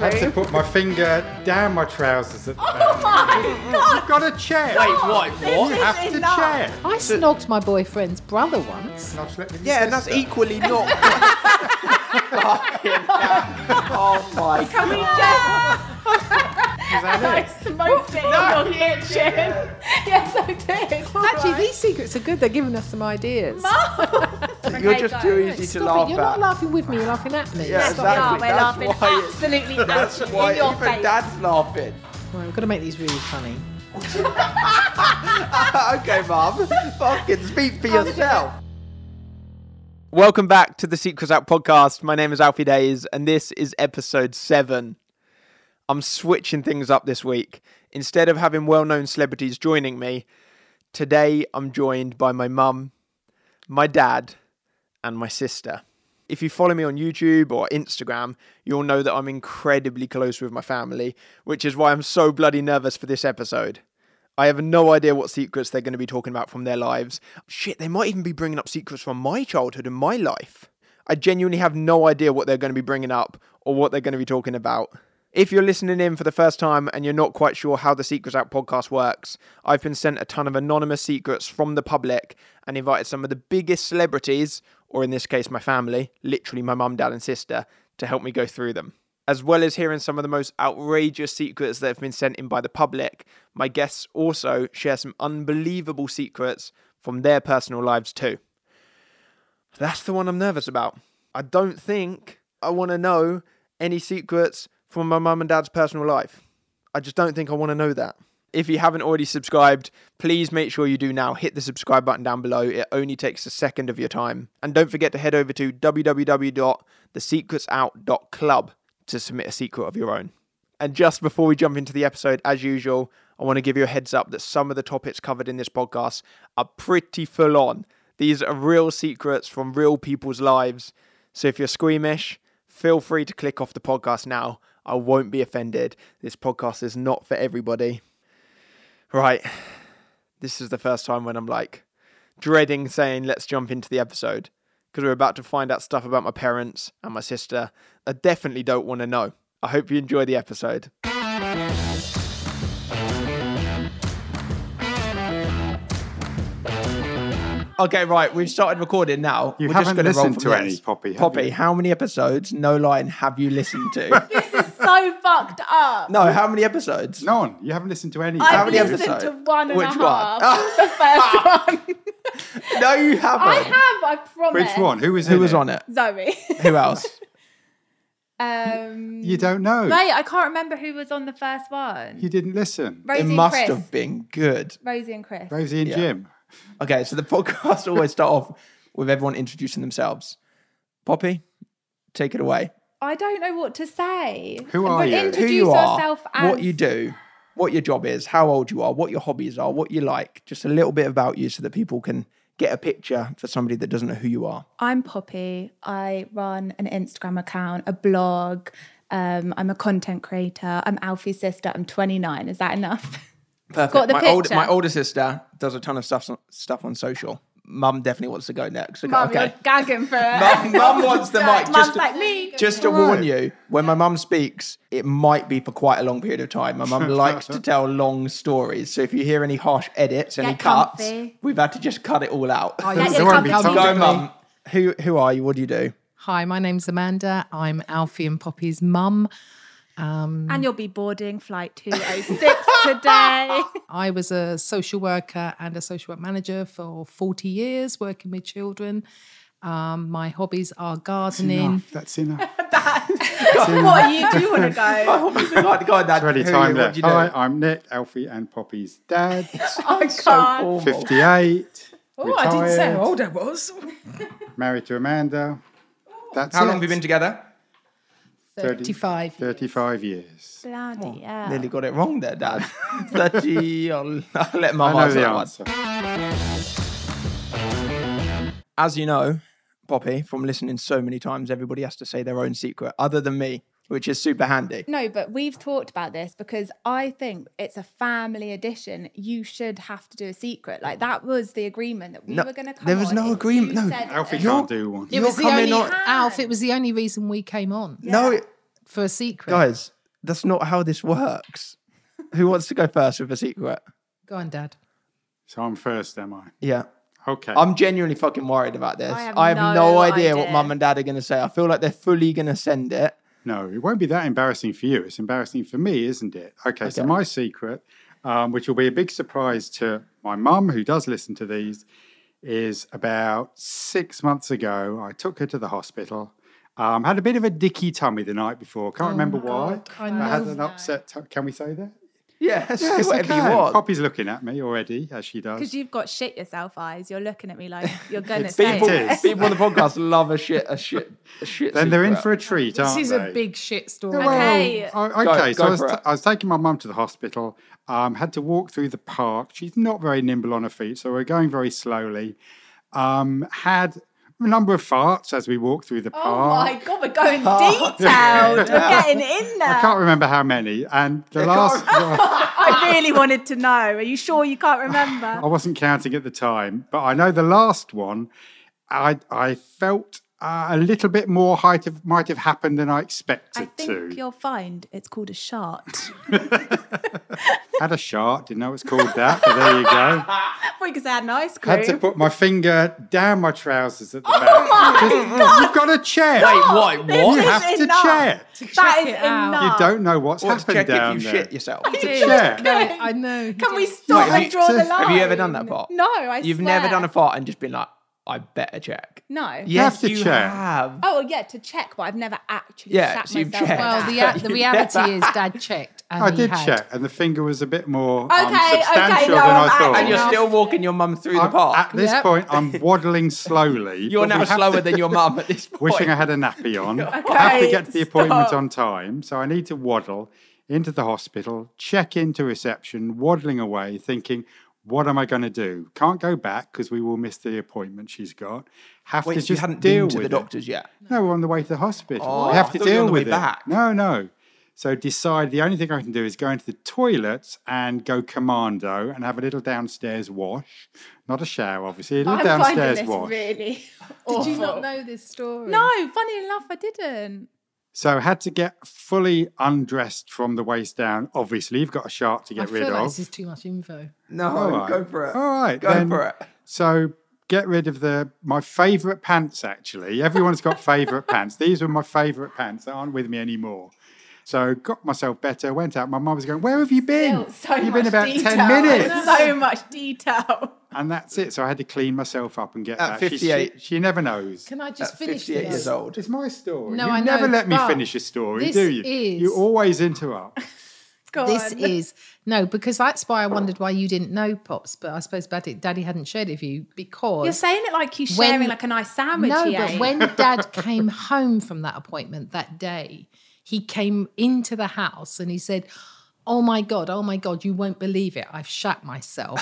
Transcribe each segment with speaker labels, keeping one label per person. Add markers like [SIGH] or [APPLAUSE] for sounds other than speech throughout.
Speaker 1: I had to put my finger down my trousers at the
Speaker 2: Oh
Speaker 3: Mm,
Speaker 2: my god!
Speaker 1: I've got a chair.
Speaker 3: Wait, what?
Speaker 1: You
Speaker 3: What?
Speaker 2: is
Speaker 1: have to
Speaker 2: enough.
Speaker 1: chair.
Speaker 4: I snogged my boyfriend's brother once.
Speaker 1: And I've slept with your
Speaker 3: Yeah, and that's
Speaker 1: sister.
Speaker 3: equally not. Fucking hell. oh my
Speaker 2: Can we
Speaker 3: god.
Speaker 2: just
Speaker 1: Is
Speaker 2: [LAUGHS]
Speaker 1: that it?
Speaker 2: smoked it in your kitchen?
Speaker 3: [LAUGHS]
Speaker 2: Yes, I did.
Speaker 4: Actually, these secrets are good. They're giving us some ideas.
Speaker 2: Okay,
Speaker 3: You're just too
Speaker 2: guys.
Speaker 3: easy
Speaker 4: Stop
Speaker 3: to laugh
Speaker 4: it. You're
Speaker 3: at.
Speaker 4: not laughing with me. You're laughing at me.
Speaker 3: Yeah,
Speaker 4: Stop
Speaker 3: exactly.
Speaker 2: We're
Speaker 3: That's
Speaker 2: laughing
Speaker 3: why it-
Speaker 2: absolutely
Speaker 3: [LAUGHS] That's
Speaker 2: at you,
Speaker 3: why
Speaker 2: in your
Speaker 3: even
Speaker 2: face.
Speaker 3: Dad's laughing. [LAUGHS]
Speaker 4: it. Right, we've got to make these really funny.
Speaker 3: okay, mum. [LAUGHS] Fucking speak for yourself. Welcome back to the Secrets Out podcast. My name is Alfie Days, and this is episode seven. I'm switching things up this week. Instead of having well known celebrities joining me, today I'm joined by my mum, my dad, and my sister. If you follow me on YouTube or Instagram, you'll know that I'm incredibly close with my family, which is why I'm so bloody nervous for this episode. I have no idea what secrets they're going to be talking about from their lives. Shit, they might even be bringing up secrets from my childhood and my life. I genuinely have no idea what they're going to be bringing up or what they're going to be talking about. If you're listening in for the first time and you're not quite sure how the Secrets Out podcast works, I've been sent a ton of anonymous secrets from the public and invited some of the biggest celebrities, or in this case, my family, literally my mum, dad, and sister, to help me go through them. As well as hearing some of the most outrageous secrets that have been sent in by the public, my guests also share some unbelievable secrets from their personal lives too. That's the one I'm nervous about. I don't think I want to know any secrets from my mum and dad's personal life. I just don't think I want to know that. If you haven't already subscribed, please make sure you do now. Hit the subscribe button down below. It only takes a second of your time. And don't forget to head over to www.thesecretsout.club to submit a secret of your own. And just before we jump into the episode, as usual, I want to give you a heads up that some of the topics covered in this podcast are pretty full on. These are real secrets from real people's lives. So if you're squeamish, feel free to click off the podcast now. I won't be offended. This podcast is not for everybody. Right. This is the first time when I'm like dreading saying, let's jump into the episode because we're about to find out stuff about my parents and my sister I definitely don't want to know. I hope you enjoy the episode. Okay, right. We've started recording now.
Speaker 1: You
Speaker 3: We're
Speaker 1: haven't
Speaker 3: just gonna roll
Speaker 1: listened
Speaker 3: from
Speaker 1: to
Speaker 3: this.
Speaker 1: any, Poppy, have
Speaker 3: Poppy,
Speaker 1: you?
Speaker 3: how many episodes? No line. Have you listened to?
Speaker 1: [LAUGHS]
Speaker 2: This
Speaker 3: [LAUGHS]
Speaker 2: is so fucked up.
Speaker 3: no. How many episodes?
Speaker 1: None. You haven't listened to any.
Speaker 2: I've
Speaker 3: many
Speaker 2: listened
Speaker 3: episodes?
Speaker 2: to one and a
Speaker 3: Which one?
Speaker 2: half.
Speaker 3: [LAUGHS]
Speaker 2: the first one.
Speaker 3: No, you haven't.
Speaker 2: I have, I promise.
Speaker 1: Which one? Who was
Speaker 3: Who
Speaker 1: in
Speaker 3: was
Speaker 1: it?
Speaker 3: on it?
Speaker 2: Zoe.
Speaker 3: [LAUGHS] Who else?
Speaker 2: um,
Speaker 1: You don't know.
Speaker 2: Mate, I can't remember who was on the first one.
Speaker 1: You didn't listen.
Speaker 2: Rosie
Speaker 3: it must
Speaker 2: and Chris.
Speaker 3: have been good.
Speaker 2: Rosie and Chris.
Speaker 1: Rosie and
Speaker 3: Yeah.
Speaker 1: Jim.
Speaker 3: Okay, so the podcast [LAUGHS] always start off with everyone introducing themselves. Poppy, take it away.
Speaker 2: I don't know what to say.
Speaker 1: Who are
Speaker 2: But
Speaker 1: you? Who
Speaker 3: Who
Speaker 2: Introduce
Speaker 3: you are,
Speaker 2: yourself as
Speaker 3: what you do, what your job is, how old you are, what your hobbies are, what you like, just a little bit about you so that people can get a picture for somebody that doesn't know who you are.
Speaker 2: I'm Poppy. I run an Instagram account, a blog. Um, I'm a content creator. I'm Alfie's sister. I'm 29. Is that enough?
Speaker 3: Perfect.
Speaker 2: Got the
Speaker 3: my, old-
Speaker 2: picture.
Speaker 3: my older sister does a ton of stuff stuff on social. Mum definitely wants to go next. Okay.
Speaker 2: [LAUGHS] Mum,
Speaker 3: okay.
Speaker 2: you're gagging for it.
Speaker 3: Mum- mum wants the mic,
Speaker 2: [LAUGHS] Mum's
Speaker 3: just-
Speaker 2: like me.
Speaker 3: Just to warn you, when my mum speaks, it might be for quite a long period of time. My [LAUGHS] mum likes to tell long stories. So if you hear any harsh edits, any
Speaker 2: Get
Speaker 3: cuts,
Speaker 2: comfy.
Speaker 3: we've had to just cut it all out.
Speaker 4: Oh,
Speaker 2: Get
Speaker 3: [LAUGHS]
Speaker 1: There
Speaker 2: your
Speaker 1: won't be
Speaker 2: company.
Speaker 1: time.
Speaker 3: Go, mum. Who who are you? What do you [LAUGHS] do?
Speaker 4: Hi, my name's Amanda. I'm Alfie and Poppy's mum.
Speaker 2: And you'll be boarding flight 206 today.
Speaker 4: I was a social worker and a social work manager for 40 years, working with children. Um, my hobbies are gardening.
Speaker 1: Enough. That's enough.
Speaker 2: what are you? Do you want to
Speaker 4: [LAUGHS]
Speaker 2: go?
Speaker 3: Go on, Dad.
Speaker 1: Ready
Speaker 3: Who are
Speaker 1: time
Speaker 3: you? What
Speaker 1: left.
Speaker 3: do you do?
Speaker 1: Hi, I'm Nick, Alfie and Poppy's dad.
Speaker 2: I can't.
Speaker 3: so awful.
Speaker 1: 58.
Speaker 4: Oh, I didn't say
Speaker 1: retired,
Speaker 4: how old I was.
Speaker 1: Married to Amanda. That's
Speaker 5: How
Speaker 1: it.
Speaker 5: long have you been together?
Speaker 4: 35.
Speaker 1: 35 years.
Speaker 2: [LAUGHS] Bloody hell.
Speaker 3: Nearly got it wrong there, Dad. [LAUGHS] 30. I'll, I'll let my
Speaker 1: I know
Speaker 3: heart
Speaker 1: the
Speaker 3: tell us.
Speaker 1: answer.
Speaker 3: As you know, Poppy, from listening so many times, everybody has to say their own secret other than me, which is super handy.
Speaker 2: No, but we've talked about this because I think it's a family edition. You should have to do a secret. Like that was the agreement that we
Speaker 3: No,
Speaker 2: were going to come
Speaker 3: there was
Speaker 2: on.
Speaker 3: no
Speaker 2: If you
Speaker 3: agreement. No,
Speaker 2: said-
Speaker 1: Alfie
Speaker 2: uh,
Speaker 1: can't do one.
Speaker 4: It was the
Speaker 3: coming
Speaker 4: only,
Speaker 3: on-
Speaker 4: Alf, it was the only reason we came on
Speaker 3: No,
Speaker 4: for a secret.
Speaker 3: guys, that's not how this works. Who wants to go first with a secret?
Speaker 4: Go on, Dad.
Speaker 1: So I'm first, am I?
Speaker 3: Yeah.
Speaker 1: Okay.
Speaker 3: I'm genuinely fucking worried about this. I have,
Speaker 2: have
Speaker 3: no,
Speaker 2: no
Speaker 3: idea, what
Speaker 2: idea.
Speaker 3: mum and dad are going to say. I feel like they're fully going to send it.
Speaker 1: No, it won't be that embarrassing for you. It's embarrassing for me, isn't it? Okay, so my secret, um, which will be a big surprise to my mum, who does listen to these, is about six months ago, I took her to the hospital. Um, had a bit of a dicky tummy the night before. Can't remember why.
Speaker 4: I
Speaker 1: I had
Speaker 4: know.
Speaker 1: an upset. tum can we say that?
Speaker 3: Yeah, say
Speaker 1: I
Speaker 3: whatever you
Speaker 1: can.
Speaker 3: want.
Speaker 1: Poppy's looking at me already, as she does.
Speaker 2: Because you've got shit yourself eyes. You're looking at
Speaker 1: [LAUGHS]
Speaker 2: me like you're going to
Speaker 1: It's
Speaker 2: say
Speaker 3: People,
Speaker 1: It
Speaker 2: it.
Speaker 1: is.
Speaker 3: people on the podcast love a shit, a shit, a shit.
Speaker 1: then they're in
Speaker 3: secret.
Speaker 1: for a treat,
Speaker 4: This
Speaker 1: aren't
Speaker 4: is
Speaker 1: they?
Speaker 4: a big shit story.
Speaker 2: Okay.
Speaker 1: Oh, okay, so
Speaker 3: go
Speaker 1: I was,
Speaker 3: for
Speaker 1: t-
Speaker 3: it.
Speaker 1: I was taking my mum to the hospital. Um, had to walk through the park. She's not very nimble on her feet, so we're going very slowly. Um, had a number of farts as we walked through the
Speaker 2: Oh
Speaker 1: park.
Speaker 2: my god,
Speaker 1: [LAUGHS]
Speaker 2: we're going
Speaker 1: Oh.
Speaker 2: detailed. We're getting in
Speaker 1: I
Speaker 2: there.
Speaker 1: can't remember how many. And the last,
Speaker 2: I really wanted to know. Are you sure you can't remember?
Speaker 1: I wasn't counting at the time, but I know the last one. I I felt uh, a little bit more height of, might have happened than I expected
Speaker 2: I
Speaker 1: to.
Speaker 2: think you'll find it's called a shart.
Speaker 1: Had a shot. Didn't know it's called that, but there you go.
Speaker 2: Because I had an ice
Speaker 1: Had to
Speaker 2: cream.
Speaker 1: put my finger down my trousers at the back. Just- You've got to check.
Speaker 2: [GASPS]
Speaker 3: Wait, what?
Speaker 2: This
Speaker 1: you
Speaker 2: is
Speaker 1: have to
Speaker 2: enough.
Speaker 1: check.
Speaker 2: That
Speaker 4: Check
Speaker 2: is
Speaker 4: it out.
Speaker 2: enough.
Speaker 1: You don't know what's
Speaker 3: Or
Speaker 1: happened
Speaker 3: check
Speaker 1: down
Speaker 3: if you
Speaker 1: there.
Speaker 3: shit yourself.
Speaker 1: Check.
Speaker 4: No,
Speaker 2: [LAUGHS]
Speaker 4: I know.
Speaker 2: Can we stop
Speaker 3: Wait, have
Speaker 2: and
Speaker 3: you-
Speaker 2: draw the line?
Speaker 3: [LAUGHS] Have you ever done that part?
Speaker 2: No, I
Speaker 3: You've
Speaker 2: swear.
Speaker 3: never done a fart and just been like, I better check.
Speaker 2: No.
Speaker 1: You have to
Speaker 3: you
Speaker 1: check.
Speaker 3: have.
Speaker 2: Oh yeah, to check, but I've never actually
Speaker 3: Yeah,
Speaker 2: sat
Speaker 3: so you've
Speaker 2: myself.
Speaker 3: checked.
Speaker 2: down.
Speaker 4: Well,
Speaker 3: [LAUGHS]
Speaker 4: the, a- the reality is Dad checked. And
Speaker 1: I
Speaker 4: he
Speaker 1: did
Speaker 4: had.
Speaker 1: check, and the finger was a bit more
Speaker 2: Okay,
Speaker 1: um,
Speaker 2: okay,
Speaker 1: substantial
Speaker 2: Oh, no,
Speaker 1: than
Speaker 2: I'm
Speaker 1: I thought.
Speaker 2: out.
Speaker 3: And you're
Speaker 2: enough.
Speaker 3: still walking your mum through the
Speaker 1: I'm-
Speaker 3: park.
Speaker 1: At this
Speaker 4: Yep.
Speaker 1: point, I'm waddling slowly.
Speaker 3: You're
Speaker 1: but we
Speaker 3: now
Speaker 1: have
Speaker 3: slower
Speaker 1: to-
Speaker 3: than your mum at this point.
Speaker 1: Wishing I had a
Speaker 2: [LAUGHS]
Speaker 1: nappy on. I have to
Speaker 2: Okay,
Speaker 1: get to the appointment
Speaker 2: stop.
Speaker 1: on time, so I need to waddle into the hospital, check into reception, waddling away, thinking, what am I going to do? Can't go back because we will miss the appointment she's got. Have
Speaker 3: Wait,
Speaker 1: to
Speaker 3: so
Speaker 1: just
Speaker 3: you hadn't
Speaker 1: deal
Speaker 3: been to
Speaker 1: with
Speaker 3: the
Speaker 1: it.
Speaker 3: doctors yet.
Speaker 1: No, we're on the way to the hospital.
Speaker 3: Oh,
Speaker 1: we
Speaker 3: I
Speaker 1: have to
Speaker 3: thought you were
Speaker 1: deal
Speaker 3: on the
Speaker 1: with
Speaker 3: way
Speaker 1: it.
Speaker 3: back.
Speaker 1: No, no. So decide the only thing I can do is go into the toilets and go commando and have a little downstairs wash. Not a shower, obviously. A little
Speaker 2: I'm finding
Speaker 1: downstairs
Speaker 2: this
Speaker 1: wash.
Speaker 2: really. [LAUGHS]
Speaker 4: Did you not know this story?
Speaker 2: No, funny enough, I didn't.
Speaker 1: So had to get fully undressed from the waist down. Obviously, you've got a shark to
Speaker 4: I
Speaker 1: get
Speaker 4: feel
Speaker 1: rid
Speaker 4: like
Speaker 1: of.
Speaker 4: this is too much info.
Speaker 3: No,
Speaker 1: All right.
Speaker 3: go for it.
Speaker 1: All right,
Speaker 3: Go
Speaker 1: then.
Speaker 3: for it.
Speaker 1: So get rid of the my favourite pants. Actually, everyone's
Speaker 3: [LAUGHS]
Speaker 1: got favourite pants. These were my favourite pants that aren't with me anymore. So got myself better. Went out. My mum was going, "Where have you been?
Speaker 2: [LAUGHS] Built so
Speaker 1: You've
Speaker 2: much
Speaker 1: been about
Speaker 2: detail.
Speaker 1: ten
Speaker 4: [LAUGHS]
Speaker 1: minutes."
Speaker 2: [LAUGHS] So much detail.
Speaker 1: And that's it. So I had to clean myself up and get
Speaker 3: At
Speaker 1: back. She- she-
Speaker 3: 58.
Speaker 1: She, never knows.
Speaker 4: Can I just
Speaker 3: At
Speaker 4: finish
Speaker 3: 58
Speaker 4: this?
Speaker 3: years old.
Speaker 1: it's my story.
Speaker 4: No,
Speaker 1: you
Speaker 4: I know,
Speaker 1: never let me
Speaker 4: but
Speaker 1: finish a story,
Speaker 4: this
Speaker 1: do you?
Speaker 4: is-
Speaker 1: You always interrupt.
Speaker 2: Go
Speaker 4: This
Speaker 2: on.
Speaker 4: is no, because that's why I wondered why you didn't know pops, but I suppose Daddy, Daddy hadn't shared it with you because
Speaker 2: You're saying it like you're
Speaker 4: When-
Speaker 2: sharing like a nice sandwich.
Speaker 4: no,
Speaker 2: he
Speaker 4: but
Speaker 2: ate.
Speaker 4: [LAUGHS] when Dad came home from that appointment that day, he came into the house and he said, "Oh my god, oh my god, you won't believe it, I've shat
Speaker 1: [LAUGHS]
Speaker 4: myself."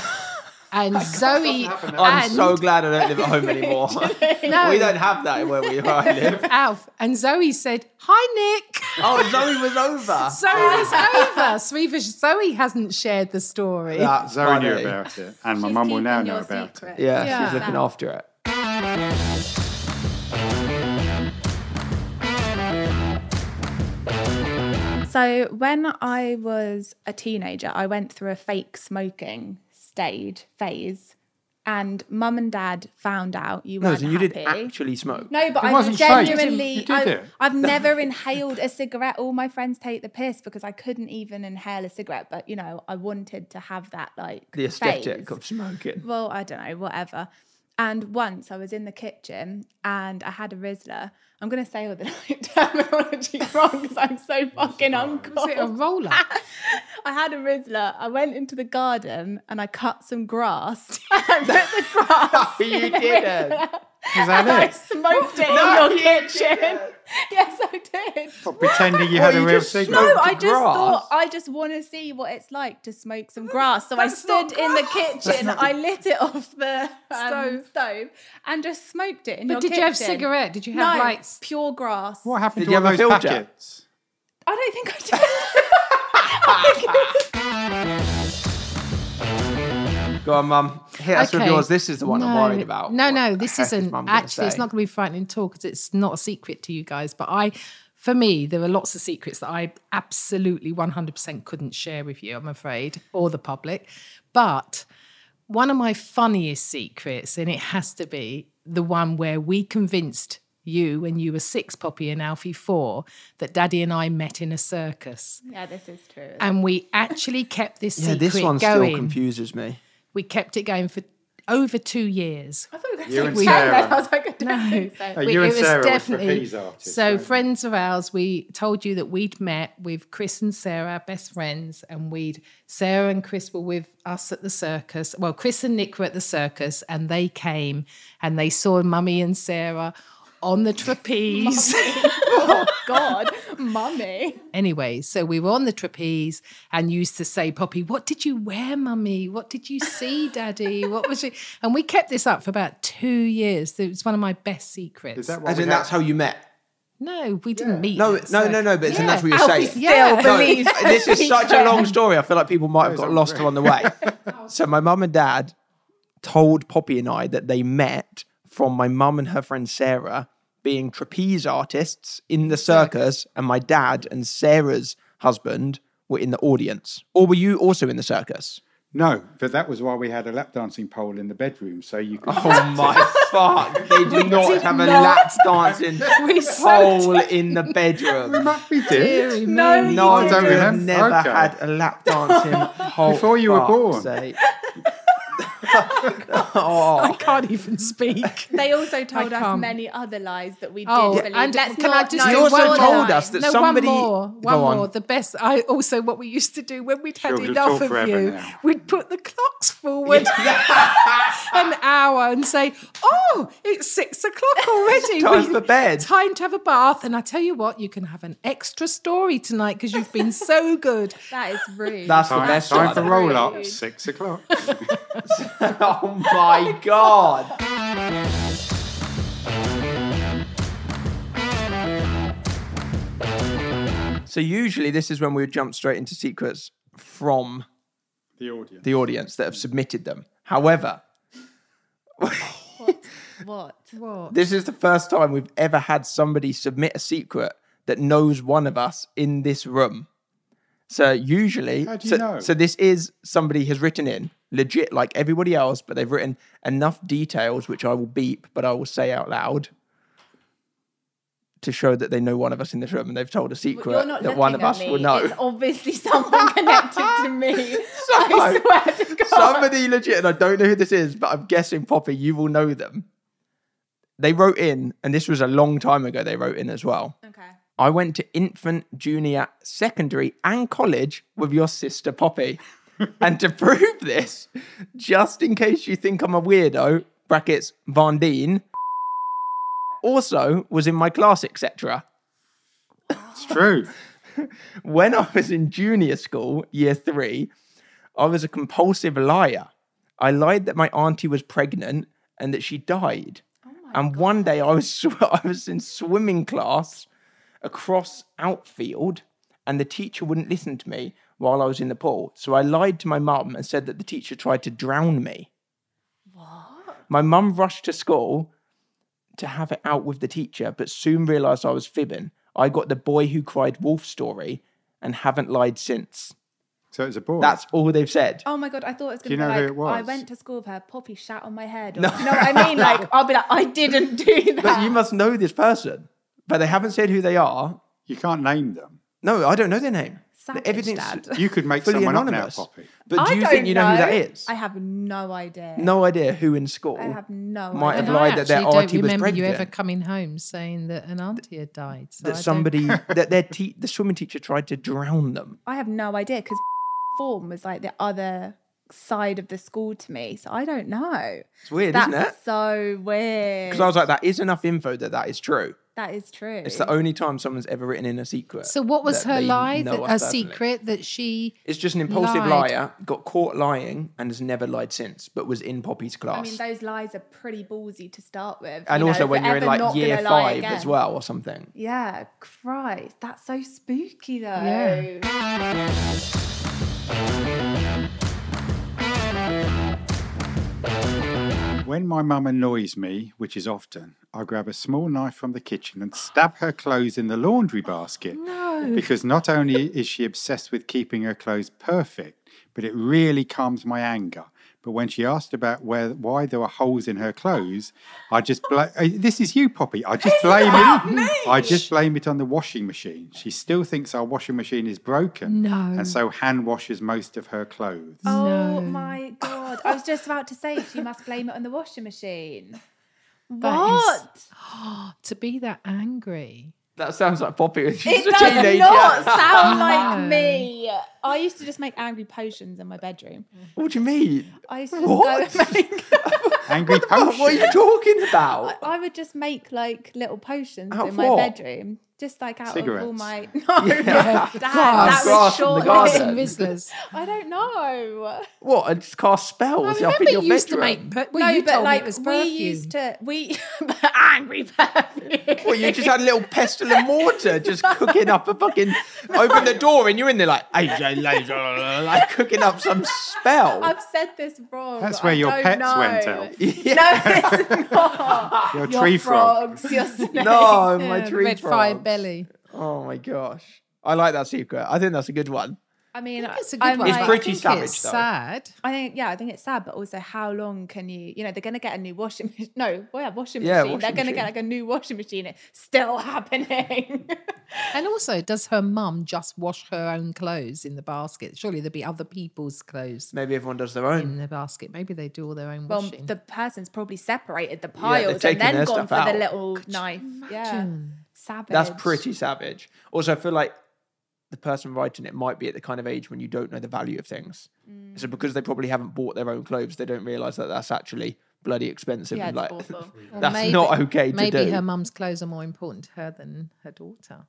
Speaker 4: And Zoe,
Speaker 3: I'm
Speaker 4: and
Speaker 3: so glad I don't live at home anymore. [LAUGHS]
Speaker 4: no,
Speaker 3: we don't have that where we where I
Speaker 4: [LAUGHS]
Speaker 3: live.
Speaker 4: Alf, and Zoe said, "Hi, Nick."
Speaker 3: [LAUGHS] Oh, Zoe was over.
Speaker 4: Zoe's over. Sweevish Zoe hasn't shared the story.
Speaker 3: That's
Speaker 1: Zoe knew
Speaker 3: funny.
Speaker 1: about it, and my
Speaker 2: She's
Speaker 1: mum will now
Speaker 2: keeping
Speaker 1: know
Speaker 2: your
Speaker 1: about it.
Speaker 2: secret.
Speaker 3: Yeah,
Speaker 4: Yeah.
Speaker 3: she's looking after it.
Speaker 2: So when I was a teenager, I went through a fake smoking stage phase, and mum and dad found out you
Speaker 3: No,
Speaker 2: weren't
Speaker 3: so you
Speaker 2: happy.
Speaker 3: did actually smoke.
Speaker 2: No, but I
Speaker 1: wasn't fake. You
Speaker 2: genuinely,
Speaker 1: did it.
Speaker 2: I,
Speaker 3: [LAUGHS]
Speaker 2: I've never inhaled a cigarette. All my friends take the piss because I couldn't even inhale a cigarette. But you know, I wanted to have that like
Speaker 3: the aesthetic
Speaker 2: phase.
Speaker 3: of [LAUGHS] smoking.
Speaker 2: Well, I don't know, whatever. And once I was in the kitchen and I had a Rizzler. I'm going to say all the [LAUGHS] terminology wrong because I'm so fucking
Speaker 4: Was it a
Speaker 2: uncool.
Speaker 4: roller?
Speaker 2: I had a Rizzler. I went into the [LAUGHS] garden and I cut some grass and put the grass
Speaker 3: you didn't.
Speaker 1: Was that it?
Speaker 2: smoked it in your kitchen. [LAUGHS] yes, I did.
Speaker 1: Pretending you
Speaker 3: Well,
Speaker 1: had a
Speaker 3: you
Speaker 1: real
Speaker 3: just
Speaker 1: signal.
Speaker 3: smoked
Speaker 2: No, I
Speaker 3: the
Speaker 2: just thought
Speaker 3: grass.
Speaker 2: I just want to see what it's like to smoke some grass. So I stood in the kitchen, I lit it off the um,
Speaker 4: Stove.
Speaker 2: stove. and just smoked it in your
Speaker 4: But did
Speaker 2: kitchen.
Speaker 4: you have cigarette? Did you
Speaker 2: No,
Speaker 4: have like
Speaker 2: pure grass.
Speaker 1: What happened
Speaker 3: Did
Speaker 1: to
Speaker 3: you
Speaker 1: all
Speaker 3: have a
Speaker 1: those
Speaker 3: filter?
Speaker 1: packets?
Speaker 2: I don't think I did. [LAUGHS] I think it was-
Speaker 3: Go on, Mum. Hit us with
Speaker 4: Okay.
Speaker 3: yours. This is the one I'm
Speaker 4: No,
Speaker 3: worried about.
Speaker 4: No,
Speaker 3: What
Speaker 4: no,
Speaker 3: the
Speaker 4: this
Speaker 3: heck is
Speaker 4: isn't.
Speaker 3: Mum gonna
Speaker 4: Actually, it's
Speaker 3: say?
Speaker 4: not going to be frightening at all because it's not a secret to you guys. But I, for me, there were lots of secrets that I absolutely 100% couldn't share with you, I'm afraid, or the public. But one of my funniest secrets, and it has to be the one where we convinced you when you were six, Poppy, and Alfie four, that Daddy and I met in a circus.
Speaker 2: yeah, this is true.
Speaker 4: And we actually kept this
Speaker 3: Yeah,
Speaker 4: secret
Speaker 3: this one
Speaker 4: going.
Speaker 3: still confuses me.
Speaker 4: We kept it going for over two years.
Speaker 2: I thought we were going
Speaker 1: You
Speaker 2: to
Speaker 1: and
Speaker 2: say
Speaker 1: Sarah.
Speaker 2: I was like, I don't think so.
Speaker 1: Oh, you
Speaker 4: it
Speaker 1: and
Speaker 4: was
Speaker 1: Sarah were
Speaker 4: definitely
Speaker 1: trapeze artists.
Speaker 4: so
Speaker 1: weren't you?
Speaker 4: friends of ours we told you that we'd met with chris and sarah our best friends and we'd sarah and chris were with us at the circus well chris and nick were at the circus and they came and they saw mummy and sarah on the trapeze [LAUGHS]
Speaker 2: oh God, mummy.
Speaker 4: anyway so we were on the trapeze and used to say poppy what did you wear mummy what did you see daddy what was it and we kept this up for about two years it was one of my best secrets
Speaker 1: Is that what
Speaker 3: As
Speaker 1: we
Speaker 3: in,
Speaker 1: had?
Speaker 3: that's how you met.
Speaker 4: No, we didn't meet.
Speaker 3: No,
Speaker 4: at the
Speaker 3: no, no, [LAUGHS]
Speaker 4: circus.
Speaker 3: no. But as in, that's what you're
Speaker 2: Alfie
Speaker 3: saying.
Speaker 2: still
Speaker 4: [LAUGHS] Yeah. No,
Speaker 2: believes.
Speaker 3: this is such a long story. I feel like people might have
Speaker 1: Those
Speaker 3: got
Speaker 1: are
Speaker 3: lost
Speaker 1: great.
Speaker 3: along the [LAUGHS] way. so my mum and dad told Poppy and I that they met from my mum and her friend Sarah being trapeze artists in the circus, and my dad and Sarah's husband were in the audience. Or were you also in the circus?
Speaker 1: No, but that was why we had a lap dancing pole in the bedroom, so you could. [LAUGHS]
Speaker 3: Oh
Speaker 4: [LAUGHS]
Speaker 3: my fuck! They do not have a
Speaker 4: not.
Speaker 3: lap dancing
Speaker 4: [LAUGHS] We so
Speaker 3: hole in the
Speaker 4: [LAUGHS]
Speaker 3: bedroom.
Speaker 1: we did.
Speaker 4: Deary
Speaker 2: No,
Speaker 4: me.
Speaker 2: you
Speaker 3: No, I
Speaker 2: didn't.
Speaker 3: don't
Speaker 1: didn't.
Speaker 3: remember. Never
Speaker 1: Okay.
Speaker 3: had a lap [LAUGHS] dancing hole.
Speaker 1: Before you were
Speaker 3: fuck's
Speaker 1: born.
Speaker 3: [LAUGHS] sake. Oh.
Speaker 4: I can't even [LAUGHS] speak.
Speaker 2: They also told us
Speaker 4: can't.
Speaker 2: many other lies that we did
Speaker 4: Oh,
Speaker 2: believe.
Speaker 4: and
Speaker 2: Let's
Speaker 4: can I
Speaker 2: not
Speaker 4: just
Speaker 2: do
Speaker 4: do
Speaker 3: You also
Speaker 4: one
Speaker 3: told
Speaker 4: more?
Speaker 3: us that
Speaker 4: no,
Speaker 3: somebody-
Speaker 4: one more, one
Speaker 3: Go on.
Speaker 4: more. The best. I also what we used to do when we'd had
Speaker 1: Sure, we'll
Speaker 4: enough
Speaker 1: talk
Speaker 4: of
Speaker 1: forever
Speaker 4: you,
Speaker 1: now.
Speaker 4: we'd put the clocks
Speaker 3: [LAUGHS]
Speaker 4: forward an hour and say, "Oh, it's six o'clock already.
Speaker 3: Time
Speaker 4: We-
Speaker 3: for bed.
Speaker 4: Time to have a bath." And I tell you what, you can have an extra story tonight because you've been so good.
Speaker 2: That is rude.
Speaker 3: That's the
Speaker 1: Time,
Speaker 3: best
Speaker 1: time for
Speaker 3: one.
Speaker 1: roll up, six o'clock.
Speaker 3: [LAUGHS] Oh my god. So usually this is when we would jump straight into secrets from
Speaker 1: the audience.
Speaker 3: the audience that have submitted them. However,
Speaker 2: what?
Speaker 3: this is the first time we've ever had somebody submit a secret that knows one of us in this room. So usually,
Speaker 1: How do you
Speaker 3: so,
Speaker 1: know?
Speaker 3: so this is somebody has written in legit like everybody else, but they've written enough details which I will beep, but I will say out loud to show that they know one of us in this room, and they've told a secret
Speaker 2: You're not
Speaker 3: that one of
Speaker 2: looking at
Speaker 3: us
Speaker 2: me.
Speaker 3: will know.
Speaker 2: It's
Speaker 3: [LAUGHS]
Speaker 2: obviously [LAUGHS] something connected to me.
Speaker 3: So-
Speaker 2: [LAUGHS] I swear to God.
Speaker 3: Somebody legit, and I don't know who this is, but I'm guessing Poppy, you will know them. They wrote in, and this was a long time ago. They wrote in as well.
Speaker 2: Okay.
Speaker 3: I went to infant, junior, secondary, and college with your
Speaker 2: [LAUGHS]
Speaker 3: sister Poppy. and to prove this, just in case you think I'm a weirdo, brackets Van Deen, also was in my class, etc.
Speaker 1: It's true.
Speaker 3: When I was in junior school, year three, I was a compulsive liar. I lied that my auntie was pregnant and that she died. and one day I was sw- [LAUGHS] I was in swimming class across outfield and the teacher wouldn't listen to me while I was in the pool. So I lied to my mum and said that the teacher tried to drown me. What? My mum rushed to school to have it out with the teacher, but soon realised I was fibbing. I got the boy who cried wolf story and haven't lied since.
Speaker 1: So it's a boy.
Speaker 3: That's all they've said.
Speaker 2: Oh my god, I thought it was
Speaker 1: you
Speaker 2: gonna be
Speaker 1: know who
Speaker 2: like
Speaker 1: it was?
Speaker 2: I went to school with her, Poppy shat on my head. Or, no. I
Speaker 3: [LAUGHS]
Speaker 2: mean like I'll be like, I didn't do that.
Speaker 3: But you must know this person. But they haven't said who they are.
Speaker 1: you can't name them.
Speaker 3: No, I don't know their name.
Speaker 2: Savage,
Speaker 3: Everything's
Speaker 2: Dad.
Speaker 1: You could make
Speaker 3: fully
Speaker 1: someone
Speaker 3: anonymous.
Speaker 1: up now, Poppy.
Speaker 3: But do
Speaker 2: I
Speaker 3: you
Speaker 2: don't
Speaker 3: think you know, who that is?
Speaker 2: I have no idea.
Speaker 3: no idea who in school.
Speaker 2: I have no
Speaker 3: Might
Speaker 2: idea.
Speaker 3: have lied that their
Speaker 4: actually
Speaker 3: auntie
Speaker 4: don't
Speaker 3: was
Speaker 4: remember you ever
Speaker 3: pregnant.
Speaker 4: coming home saying that an auntie had died. So I
Speaker 3: that
Speaker 4: don't-
Speaker 2: [LAUGHS]
Speaker 3: somebody that their te- the swimming teacher tried to drown them.
Speaker 2: I have no idea because form was like the other side of the school to me. So I don't know.
Speaker 3: It's weird,
Speaker 2: That's
Speaker 3: isn't it?
Speaker 2: so weird.
Speaker 3: Because I was like, that is enough info that that is true.
Speaker 2: that is true.
Speaker 3: It's the only time someone's ever written in a secret.
Speaker 4: So what was
Speaker 3: that
Speaker 4: her
Speaker 3: they
Speaker 4: lie?
Speaker 3: know
Speaker 4: That,
Speaker 3: us
Speaker 4: her
Speaker 3: personally.
Speaker 4: secret that she
Speaker 3: It's just an impulsive
Speaker 4: Lied.
Speaker 3: liar, got caught lying, and has never lied since, but was in Poppy's class.
Speaker 2: I mean, those lies are pretty ballsy to start with.
Speaker 3: and
Speaker 2: you
Speaker 3: also
Speaker 2: know,
Speaker 3: when you're in
Speaker 2: forever
Speaker 3: like
Speaker 2: not
Speaker 3: year
Speaker 2: gonna lie
Speaker 3: five
Speaker 2: again.
Speaker 3: as well or something.
Speaker 2: Yeah, Christ, that's so spooky though.
Speaker 4: Yeah.
Speaker 1: When my mum annoys me, which is often, I grab a small knife from the kitchen and stab her clothes in the laundry basket. No. Because not only is she obsessed with keeping her clothes perfect, but it really calms my anger. But when she asked about where, why there were holes in her clothes, I just blame. This is you, Poppy. I just blame it. I just blame it on the washing machine. She still thinks our washing machine is broken,
Speaker 4: No.
Speaker 1: and so hand washes most of her clothes.
Speaker 2: Oh my god! I was just about to say she must blame it on the washing machine.
Speaker 4: that is-
Speaker 2: What?
Speaker 4: to be that angry.
Speaker 3: That sounds like Poppy when she's
Speaker 2: It
Speaker 3: a
Speaker 2: does
Speaker 3: teenager.
Speaker 2: not sound like
Speaker 4: [LAUGHS] No.
Speaker 2: me. I used to just make angry potions in my bedroom.
Speaker 3: What do you mean?
Speaker 2: I used to just
Speaker 3: What?
Speaker 2: go and make.
Speaker 1: Angry
Speaker 3: Oh, what are
Speaker 1: potion.
Speaker 3: you talking about?
Speaker 2: I would just make like little potions
Speaker 3: Out
Speaker 2: in
Speaker 3: of
Speaker 2: my
Speaker 3: what?
Speaker 2: bedroom, just like out of all
Speaker 1: Cigarettes.
Speaker 3: [LAUGHS]
Speaker 2: my. No,
Speaker 3: Yeah.
Speaker 2: Dad, that was
Speaker 3: Grass from the
Speaker 2: short.
Speaker 3: garden. [LAUGHS]
Speaker 4: Rizzlers.
Speaker 2: I don't know.
Speaker 3: What? And just cast spells
Speaker 4: I
Speaker 3: up in
Speaker 4: remember
Speaker 3: your
Speaker 4: you used to
Speaker 3: bedroom.
Speaker 4: make. per- Well,
Speaker 2: no,
Speaker 4: you
Speaker 2: but
Speaker 4: told
Speaker 2: like
Speaker 4: me it was
Speaker 2: we
Speaker 4: perfume.
Speaker 2: used to we [LAUGHS] angry perfume.
Speaker 3: Well, you just had a little pestle and mortar
Speaker 4: [LAUGHS]
Speaker 3: just cooking up a fucking. Open the door and you're in there like, "AJ, laser," like cooking up some spell.
Speaker 2: [LAUGHS] I've said this wrong.
Speaker 1: That's where
Speaker 2: I
Speaker 1: your
Speaker 2: don't
Speaker 1: pets
Speaker 2: know.
Speaker 1: went out.
Speaker 2: [LAUGHS] No,
Speaker 3: [LAUGHS]
Speaker 2: it's not.
Speaker 1: Your
Speaker 2: Your
Speaker 1: tree frog.
Speaker 2: frogs, your snakes.
Speaker 4: [LAUGHS]
Speaker 3: No, my
Speaker 4: Yeah,
Speaker 3: tree
Speaker 4: red
Speaker 3: frogs.
Speaker 4: fried belly.
Speaker 3: Oh my gosh. I like that secret. I think that's a good one.
Speaker 2: I mean, I
Speaker 4: That's a good one.
Speaker 3: It's
Speaker 4: I
Speaker 3: pretty
Speaker 4: think
Speaker 3: savage,
Speaker 4: It's
Speaker 3: though.
Speaker 4: sad.
Speaker 2: I think yeah, I think it's sad, but also how long can you? You know, they're going to get a new washing. machine. No, well, yeah, washing
Speaker 3: Yeah,
Speaker 2: machine. they're
Speaker 3: washing
Speaker 2: going to
Speaker 3: machine.
Speaker 2: get like a new washing machine. It's still
Speaker 4: [LAUGHS]
Speaker 2: happening.
Speaker 4: And also, does her mum just wash her own clothes in the basket? Surely there'd be other people's clothes
Speaker 3: Maybe everyone does their own.
Speaker 4: in the basket. Maybe they do all their own
Speaker 2: well,
Speaker 4: washing.
Speaker 2: Um, the person's probably separated the
Speaker 3: they're
Speaker 2: piles
Speaker 3: taking
Speaker 2: and then
Speaker 3: their
Speaker 2: gone
Speaker 3: stuff
Speaker 2: for
Speaker 3: out.
Speaker 2: the little knife. Yeah, savage.
Speaker 3: That's pretty savage. Also, I feel like the person writing it might be at the kind of age when you don't know the value of things.
Speaker 4: Mm.
Speaker 3: So because they probably haven't bought their own clothes, they don't realize that that's actually bloody expensive.
Speaker 2: Yeah,
Speaker 3: and
Speaker 2: it's
Speaker 3: like, [LAUGHS]
Speaker 2: awful.
Speaker 4: Or
Speaker 3: that's not okay to
Speaker 4: maybe
Speaker 3: do.
Speaker 4: her mum's clothes are more important to her than her daughter.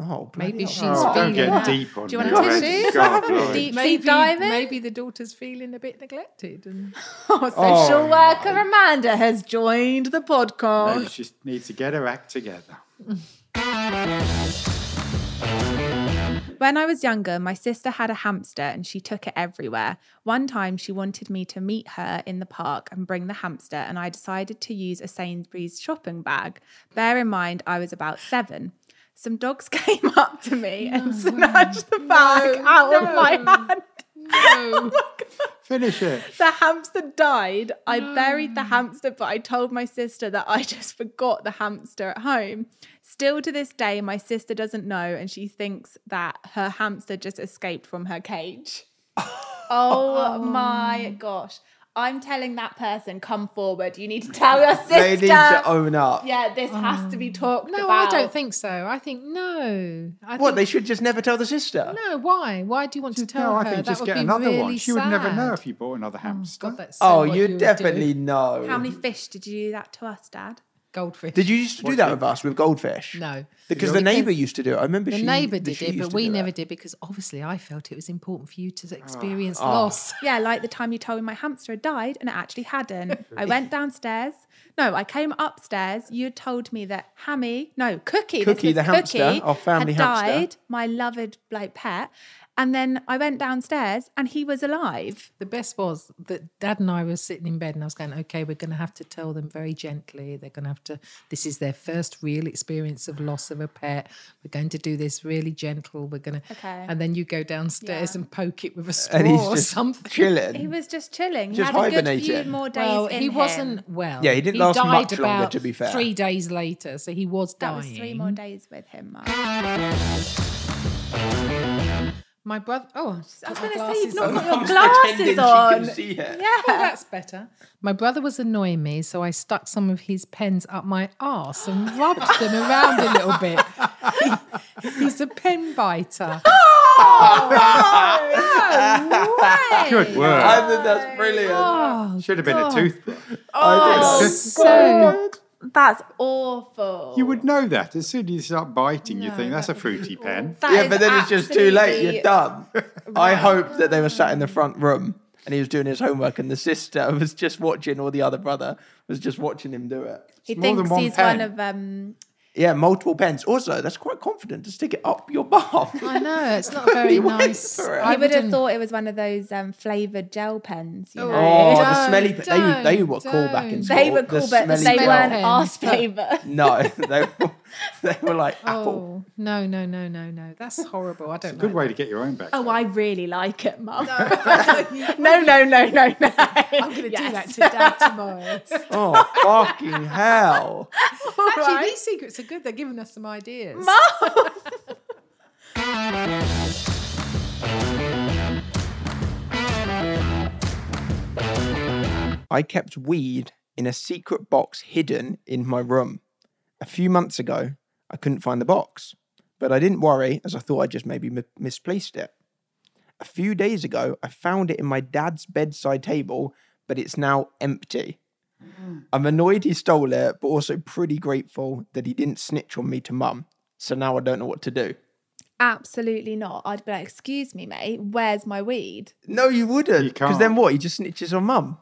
Speaker 3: oh,
Speaker 4: Maybe she's
Speaker 1: Oh, don't
Speaker 4: feeling
Speaker 1: get
Speaker 4: that.
Speaker 1: deep on
Speaker 2: Do you
Speaker 1: me
Speaker 2: want a
Speaker 1: already.
Speaker 2: tissue?
Speaker 1: God,
Speaker 3: Savage.
Speaker 1: Lord.
Speaker 2: Deep sea
Speaker 4: Maybe,
Speaker 2: diving.
Speaker 4: maybe the daughter's feeling a bit neglected. And
Speaker 2: Oh,
Speaker 3: Oh,
Speaker 2: social worker Amanda has joined the
Speaker 1: Maybe
Speaker 2: podcast.
Speaker 1: she just needs to get her act together.
Speaker 2: When I was younger, my sister had a hamster and she took it everywhere. One time, she wanted me to meet her in the park and bring the hamster, and I decided to use a Sainsbury's shopping bag. Bear in mind, I was about seven. Some dogs [LAUGHS] came up to me and snatched the bag out of my hand. [LAUGHS]
Speaker 1: Finish it.
Speaker 2: The hamster died. I buried the hamster, but I told my sister that I [LAUGHS] just forgot the hamster at home. Still to this day, my sister doesn't know, and she thinks that her hamster just escaped from her [LAUGHS] cage. oh my gosh. I'm telling that person, come forward. You need to Oh. tell your sister.
Speaker 3: They need to own up.
Speaker 2: yeah, this has to be talked
Speaker 4: no, I
Speaker 2: about.
Speaker 4: don't think so. I think no. I
Speaker 3: What? They
Speaker 4: think,
Speaker 3: should just never tell the sister.
Speaker 4: no. Why? Why do you want to tell
Speaker 1: no, I
Speaker 4: her?
Speaker 1: think
Speaker 4: that
Speaker 1: just
Speaker 4: would
Speaker 1: get
Speaker 4: be
Speaker 1: another
Speaker 4: really
Speaker 1: one. She would never know
Speaker 4: sad.
Speaker 1: if you bought another hamster.
Speaker 4: God, that's so
Speaker 3: Oh,
Speaker 4: what
Speaker 3: you
Speaker 4: would do.
Speaker 3: definitely know.
Speaker 2: How many fish did you do that to us, Dad?
Speaker 4: goldfish.
Speaker 3: Did you used to do that with us with goldfish?
Speaker 4: No.
Speaker 3: Because the neighbour used to do it. I remember
Speaker 4: The
Speaker 3: she,
Speaker 4: neighbour
Speaker 3: that
Speaker 4: did
Speaker 3: she
Speaker 4: it,
Speaker 3: used
Speaker 4: but
Speaker 3: to
Speaker 4: we
Speaker 3: do
Speaker 4: never
Speaker 3: that. Ah.
Speaker 4: did because obviously I felt it was important for you to experience loss.
Speaker 2: Yeah, like the time you told me my hamster had died and it actually
Speaker 3: [LAUGHS]
Speaker 2: hadn't. I went downstairs. No, I came upstairs. You had told me that Hammy, no, Cookie, this
Speaker 3: Cookie,
Speaker 2: was
Speaker 3: the hamster,
Speaker 2: Cookie,
Speaker 3: our family
Speaker 2: had
Speaker 3: hamster.
Speaker 2: died, my loved like pet. And then I went downstairs and he was alive.
Speaker 4: The best was that Dad and I were sitting in bed, and I was going, "Okay, we're going to have to tell them very gently. They're going to have to. This is their first real experience of loss of a pet. We're going to do this really gentle. We're going to.
Speaker 2: Okay.
Speaker 4: And then you go downstairs and poke it with a straw
Speaker 3: [LAUGHS] And he's
Speaker 4: or
Speaker 3: just
Speaker 2: [LAUGHS]
Speaker 4: something.
Speaker 3: chilling.
Speaker 2: He was just chilling.
Speaker 3: Mm. Just
Speaker 2: he had a good few
Speaker 3: hibernating.
Speaker 2: more days.
Speaker 4: Well,
Speaker 2: in
Speaker 4: he
Speaker 2: him.
Speaker 4: wasn't well.
Speaker 3: Yeah, he didn't last
Speaker 4: died
Speaker 3: much longer,
Speaker 4: about
Speaker 3: to be fair.
Speaker 4: three days later, so he was
Speaker 2: That
Speaker 4: dying.
Speaker 2: was three more days with him. Mark.
Speaker 4: My brother. Oh,
Speaker 2: I was
Speaker 4: got my
Speaker 2: going to say you've
Speaker 4: glasses
Speaker 2: not
Speaker 4: on.
Speaker 2: got your
Speaker 3: Pretending she
Speaker 2: glasses
Speaker 3: can
Speaker 2: on.
Speaker 3: see
Speaker 2: [LAUGHS]
Speaker 3: it.
Speaker 4: Oh, [LAUGHS]
Speaker 2: Yeah.
Speaker 4: that's better. My brother was annoying me, so I stuck some of his pens up my arse and rubbed them around a little bit. [LAUGHS] He's a pen fighter.
Speaker 1: Good work.
Speaker 3: I think that's brilliant.
Speaker 4: Oh,
Speaker 1: Should have been a
Speaker 4: God.
Speaker 1: toothpick.
Speaker 3: I think
Speaker 4: So good.
Speaker 2: That's awful.
Speaker 1: You would know that as soon as you start biting. you think that's a fruity pen.
Speaker 2: That
Speaker 3: yeah,
Speaker 2: is
Speaker 3: but then it's just too late. You're
Speaker 2: absolutely-
Speaker 3: done. I hope that they were sat in the front room and he was doing his homework, and the sister [LAUGHS] was just watching, or the other brother was just watching him do it.
Speaker 2: He
Speaker 1: more than
Speaker 2: thinks
Speaker 1: one
Speaker 2: he's
Speaker 1: pen.
Speaker 2: one of um.
Speaker 3: Yeah, multiple pens. Also, that's quite confident to stick it up your [LAUGHS] bum.
Speaker 4: I know it's not very
Speaker 3: went
Speaker 4: nice.
Speaker 3: for it.
Speaker 4: I
Speaker 2: I would have
Speaker 4: wouldn't-
Speaker 2: thought it was one of those um flavored gel pens. You know?
Speaker 3: Oh, the
Speaker 4: Don't,
Speaker 3: smelly pen. They, they were
Speaker 4: don't,
Speaker 3: cool back in
Speaker 4: don't.
Speaker 3: school.
Speaker 2: They were cool,
Speaker 3: the
Speaker 2: but
Speaker 3: smelly
Speaker 2: they
Speaker 3: pen.
Speaker 2: weren't
Speaker 4: pen.
Speaker 2: arse flavour.
Speaker 3: No, [LAUGHS] they were, they were like apple.
Speaker 4: Oh no no no no no! That's horrible. I don't.
Speaker 1: Good
Speaker 4: like
Speaker 1: way to get your own back.
Speaker 2: [LAUGHS] Oh, I really like it, Mum.
Speaker 4: that.
Speaker 2: [LAUGHS] No, no, no, no, no.
Speaker 4: I'm going to do that to Dad tomorrow.
Speaker 3: Oh, fucking hell.
Speaker 4: Actually,
Speaker 2: right.
Speaker 4: these secrets are good. They're giving us some ideas.
Speaker 3: I kept weed in a secret box hidden in my room. A few months ago, I couldn't find the box, but I didn't worry as I thought I just maybe mi- misplaced it. A few days ago, I found it in my dad's bedside table, but it's now empty. I'm annoyed he stole it, but also pretty grateful that he didn't snitch on me to mum. So now I don't know what to do.
Speaker 2: Absolutely not. I'd be like, excuse me, mate, where's my weed?
Speaker 3: No, you
Speaker 1: You
Speaker 3: wouldn't. Because then
Speaker 1: can't.
Speaker 3: what? He just snitches on mum.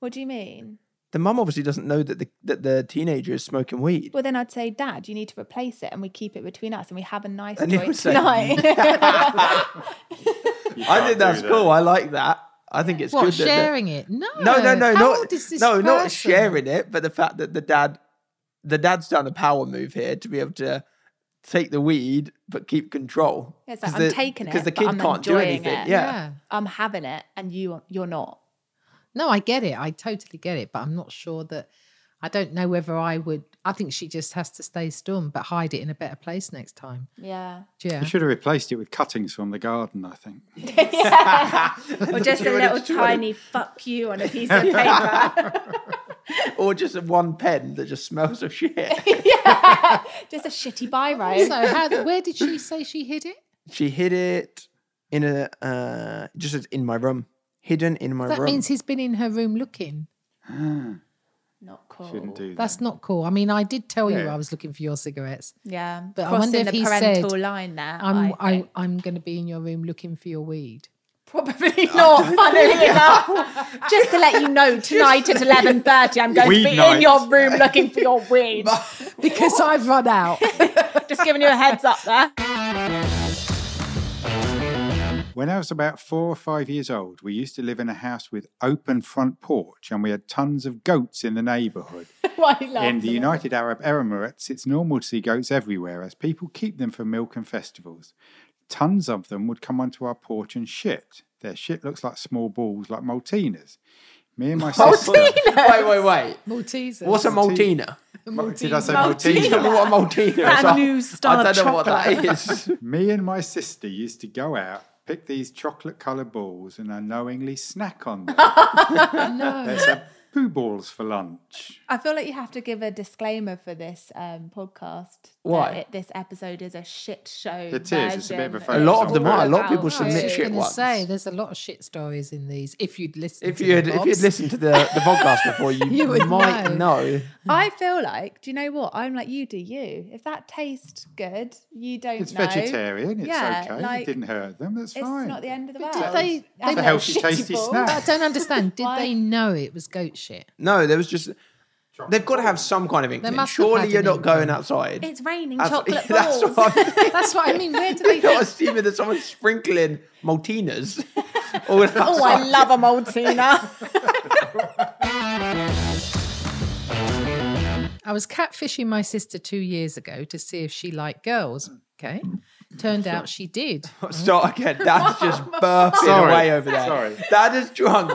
Speaker 2: What do you mean?
Speaker 3: The mum obviously doesn't know that the that the teenager is smoking weed.
Speaker 2: Well, then I'd say, Dad, you need to replace it and we keep it between us and we have a nice
Speaker 3: And he
Speaker 2: joint [LAUGHS]
Speaker 3: would say,
Speaker 2: tonight.
Speaker 1: You
Speaker 3: I
Speaker 1: can't
Speaker 3: think
Speaker 1: do
Speaker 3: that's
Speaker 1: that.
Speaker 3: cool. I like that. I think it's
Speaker 4: What
Speaker 3: good. that the-
Speaker 4: sharing it? No,
Speaker 3: no, no, no,
Speaker 4: How
Speaker 3: not
Speaker 4: old is this
Speaker 3: no, not
Speaker 4: person?
Speaker 3: sharing it, but the fact that the dad, the dad's done a power move here to be able to take the weed but keep control.
Speaker 2: It's like,
Speaker 3: 'Cause
Speaker 2: I'm
Speaker 3: the-
Speaker 2: taking it,
Speaker 3: because the
Speaker 2: but
Speaker 3: kid
Speaker 2: I'm
Speaker 3: can't do
Speaker 2: enjoying
Speaker 3: anything.
Speaker 2: it.
Speaker 3: Yeah.
Speaker 2: [LAUGHS] I'm having it and you, you're not.
Speaker 4: No, I get it. I totally get it, but I'm not sure that I don't know whether I would. I think she just has to stay storm, but hide it in a better place next time.
Speaker 2: Yeah.
Speaker 4: Yeah.
Speaker 1: You
Speaker 3: [LAUGHS]
Speaker 1: should have replaced it with cuttings from the garden, I think.
Speaker 2: Or just a
Speaker 3: Jordan,
Speaker 2: little
Speaker 3: Jordan.
Speaker 2: tiny fuck you on a piece of paper.
Speaker 3: or just one pen that just [LAUGHS] smells of shit.
Speaker 4: [LAUGHS]
Speaker 2: just a shitty biro.
Speaker 4: Also, how, where did she say she hid it?
Speaker 3: she hid it in a uh, just as in my room, hidden in my
Speaker 4: That
Speaker 3: room.
Speaker 4: means he's been in her room looking.
Speaker 2: Not cool.
Speaker 1: Shouldn't do that.
Speaker 4: That's not cool. I mean, I did tell you
Speaker 1: Yeah.
Speaker 4: I was looking for your cigarettes.
Speaker 2: Yeah.
Speaker 4: But I
Speaker 2: Crossing
Speaker 4: wonder if
Speaker 2: the
Speaker 4: he
Speaker 2: parental
Speaker 4: said,
Speaker 2: line there.
Speaker 4: I'm
Speaker 2: I
Speaker 4: I,
Speaker 2: think.
Speaker 4: I am going to be in your room looking for your weed.
Speaker 2: [LAUGHS] Probably
Speaker 1: [LAUGHS]
Speaker 2: not, funnily [LAUGHS] enough. Just to let you know, tonight at 11.30, I'm going
Speaker 1: Weed
Speaker 2: to be
Speaker 1: night.
Speaker 2: in your room looking for your weed.
Speaker 1: [LAUGHS]
Speaker 2: [LAUGHS]
Speaker 4: Because I've run out.
Speaker 2: Just giving you a heads up there.
Speaker 1: When I was about four or five years old, we used to live in a house with open front porch, and we had tons of goats in the neighbourhood.
Speaker 2: Why laugh?
Speaker 1: in the United Arab Emirates, it's normal to see goats everywhere as people keep them for milk and festivals. Tons of them would come onto our porch and shit. Their shit looks like small balls, like Maltesers. Me and my sister.
Speaker 3: wait, wait, wait.
Speaker 4: Maltesers.
Speaker 3: What's a Maltina?
Speaker 1: [LAUGHS] Did I say
Speaker 2: Maltesers.
Speaker 3: Tell me
Speaker 1: Malteser?
Speaker 3: what a Maltina is.
Speaker 2: That
Speaker 3: I-
Speaker 2: new style
Speaker 3: I
Speaker 2: of
Speaker 3: don't know what that
Speaker 2: chocolate.
Speaker 3: is.
Speaker 1: [LAUGHS] Me and my sister used to go out, pick these chocolate coloured balls, and unknowingly snack on them.
Speaker 3: [LAUGHS]
Speaker 1: There's a poo balls for lunch.
Speaker 2: I feel like you have to give a disclaimer for this um, podcast. that
Speaker 3: Why?
Speaker 2: It, this episode is a shit show.
Speaker 1: It is. It's a bit of a
Speaker 2: version.
Speaker 1: A lot of
Speaker 3: them
Speaker 2: all
Speaker 3: are. A lot
Speaker 2: about-
Speaker 3: of people
Speaker 4: I was
Speaker 3: submit
Speaker 4: just
Speaker 3: shit
Speaker 4: gonna
Speaker 3: ones.
Speaker 4: say there's a lot of shit stories in these. If you'd listen,
Speaker 3: If
Speaker 4: to
Speaker 3: you had
Speaker 4: the
Speaker 3: if you'd
Speaker 4: Bobs.
Speaker 3: listened to the, the podcast
Speaker 2: [LAUGHS]
Speaker 3: before, you,
Speaker 4: You would
Speaker 3: might know.
Speaker 4: know.
Speaker 2: I feel like, do you know what? I'm like, you do you. If that tastes good, you don't
Speaker 1: It's
Speaker 2: know.
Speaker 1: vegetarian. It's
Speaker 2: Yeah,
Speaker 1: okay.
Speaker 2: like,
Speaker 1: it didn't hurt them. That's
Speaker 2: It's
Speaker 1: fine.
Speaker 2: not the end of the
Speaker 4: But
Speaker 2: world.
Speaker 4: did they-
Speaker 2: And
Speaker 4: they
Speaker 2: they're
Speaker 1: healthy,
Speaker 2: shitty
Speaker 1: tasty
Speaker 2: balls.
Speaker 1: snack.
Speaker 4: I don't understand. Did
Speaker 2: Why-
Speaker 4: they know it was goat
Speaker 3: [LAUGHS]
Speaker 4: shit?
Speaker 3: No, there was just they've got to have some kind of inkling.
Speaker 4: must have
Speaker 3: Surely
Speaker 4: had
Speaker 3: you're
Speaker 4: an
Speaker 3: not going
Speaker 4: inkling.
Speaker 3: outside.
Speaker 2: [LAUGHS] It's raining
Speaker 3: That's- [LAUGHS]
Speaker 2: chocolate
Speaker 3: that's
Speaker 2: balls. [LAUGHS]
Speaker 3: what I'm thinking.
Speaker 4: That's what I mean. Where do they?
Speaker 3: You're
Speaker 4: think-
Speaker 3: assuming that someone's sprinkling
Speaker 2: [LAUGHS]
Speaker 3: Maltinas. all
Speaker 2: Oh,
Speaker 3: outside.
Speaker 2: I love a
Speaker 3: [LAUGHS]
Speaker 2: Maltina.
Speaker 4: I was catfishing my sister two years ago to see if she liked girls. Okay, turned out she [LAUGHS] did.
Speaker 3: Start again.
Speaker 2: [LAUGHS]
Speaker 3: Dad's just burping
Speaker 1: Sorry.
Speaker 3: away over there.
Speaker 1: Sorry.
Speaker 3: Dad is drunk.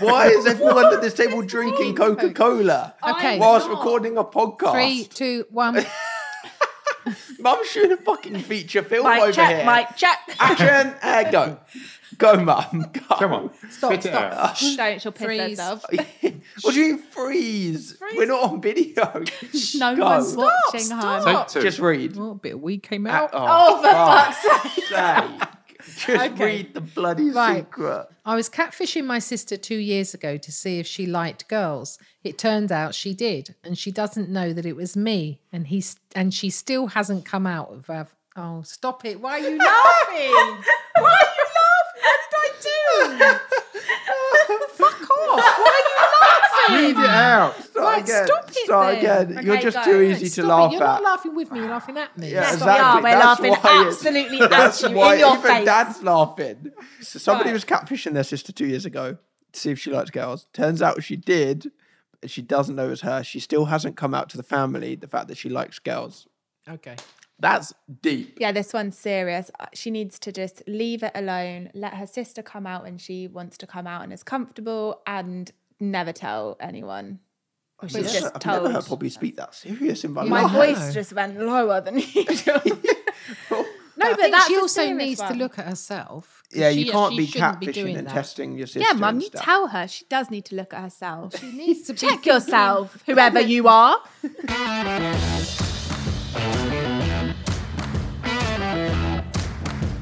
Speaker 3: Why is everyone at this table drinking Coca Cola
Speaker 4: Okay.
Speaker 3: whilst
Speaker 2: not.
Speaker 4: [LAUGHS]
Speaker 3: recording a podcast?
Speaker 4: Three, two, one.
Speaker 3: Mum's shooting a fucking feature film over
Speaker 2: Mic
Speaker 3: here.
Speaker 2: check, mic
Speaker 3: [LAUGHS]
Speaker 2: check.
Speaker 3: Action! Uh, go. Go, mum. Go.
Speaker 1: Come on. spit it out.
Speaker 2: Don't, she'll piss
Speaker 4: Freeze.
Speaker 3: [LAUGHS]
Speaker 2: herself.
Speaker 3: what do you mean freeze? We're not on video.
Speaker 2: No
Speaker 3: Go.
Speaker 2: one's watching,
Speaker 4: stop.
Speaker 2: hun.
Speaker 1: Take two.
Speaker 3: Just read.
Speaker 4: Oh, a bit of weed came
Speaker 3: Oh,
Speaker 4: out.
Speaker 2: Oh, for
Speaker 3: fuck's
Speaker 2: fuck's sake.
Speaker 3: sake. Just
Speaker 4: Okay.
Speaker 3: read the bloody
Speaker 4: Right.
Speaker 3: secret.
Speaker 4: I was catfishing my sister two years ago to see if she liked girls. It turned out she did, and she doesn't know that it was me. And he s- and she still hasn't come out of her. Oh, stop it! Why are [LAUGHS] you
Speaker 2: [LAUGHS]
Speaker 4: laughing? Why are you laughing? What did I do? Fuck off! Why are you laughing?
Speaker 1: Read it out.
Speaker 3: Start
Speaker 4: Right,
Speaker 3: again.
Speaker 4: stop it
Speaker 3: Start
Speaker 4: then.
Speaker 3: again. You're
Speaker 2: Okay,
Speaker 3: just
Speaker 2: go.
Speaker 3: too
Speaker 2: No,
Speaker 3: easy to
Speaker 4: Stop it.
Speaker 3: laugh
Speaker 4: You're
Speaker 3: at.
Speaker 4: not laughing with me. You're laughing at me.
Speaker 3: Yeah,
Speaker 2: Yes, we
Speaker 3: exactly.
Speaker 2: are. We're
Speaker 3: That's
Speaker 2: laughing
Speaker 3: why it's-
Speaker 2: absolutely at
Speaker 3: [LAUGHS] That's
Speaker 2: you,
Speaker 3: why
Speaker 2: in your
Speaker 3: even
Speaker 2: face.
Speaker 3: dad's laughing. So somebody
Speaker 2: Right.
Speaker 3: was catfishing their sister two years ago to see if she likes girls. Turns out she did, but she doesn't know it's her. She still hasn't come out to the family the fact that she likes girls.
Speaker 4: Okay.
Speaker 3: That's deep.
Speaker 2: Yeah, this one's serious. Uh, She needs to just leave it alone, let her sister come out when she wants to come out and is comfortable, and never tell anyone.
Speaker 4: Oh,
Speaker 2: She's
Speaker 3: I've never-
Speaker 2: just
Speaker 3: I've
Speaker 2: told.
Speaker 3: never heard probably speak that serious in my
Speaker 2: My
Speaker 3: life.
Speaker 2: voice just went lower than [LAUGHS]
Speaker 4: [LAUGHS]
Speaker 2: usual. No,
Speaker 4: I
Speaker 2: but
Speaker 4: think
Speaker 2: that's
Speaker 4: she
Speaker 2: a
Speaker 4: also
Speaker 2: serious
Speaker 4: needs to
Speaker 2: one.
Speaker 4: look at herself. 'cause
Speaker 3: Yeah, you
Speaker 4: she-
Speaker 3: can't
Speaker 4: she
Speaker 3: be
Speaker 4: shouldn't
Speaker 3: catfishing
Speaker 4: doing
Speaker 3: and
Speaker 4: that.
Speaker 3: testing your sister.
Speaker 2: Yeah,
Speaker 3: and
Speaker 2: mum, you
Speaker 3: stuff.
Speaker 2: tell her she does need to look at herself.
Speaker 4: She needs to be
Speaker 2: Check yourself, whoever you are.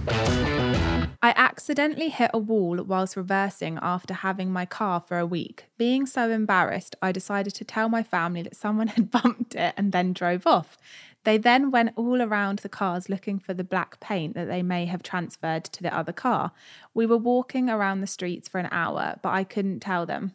Speaker 2: I accidentally hit a wall whilst reversing after having my car for a week. Being so embarrassed, I decided to tell my family that someone [LAUGHS] had bumped it and then drove off. They then went all around the cars looking for the black paint that they may have transferred to the other car. We were walking around the streets for an hour, but I couldn't tell them.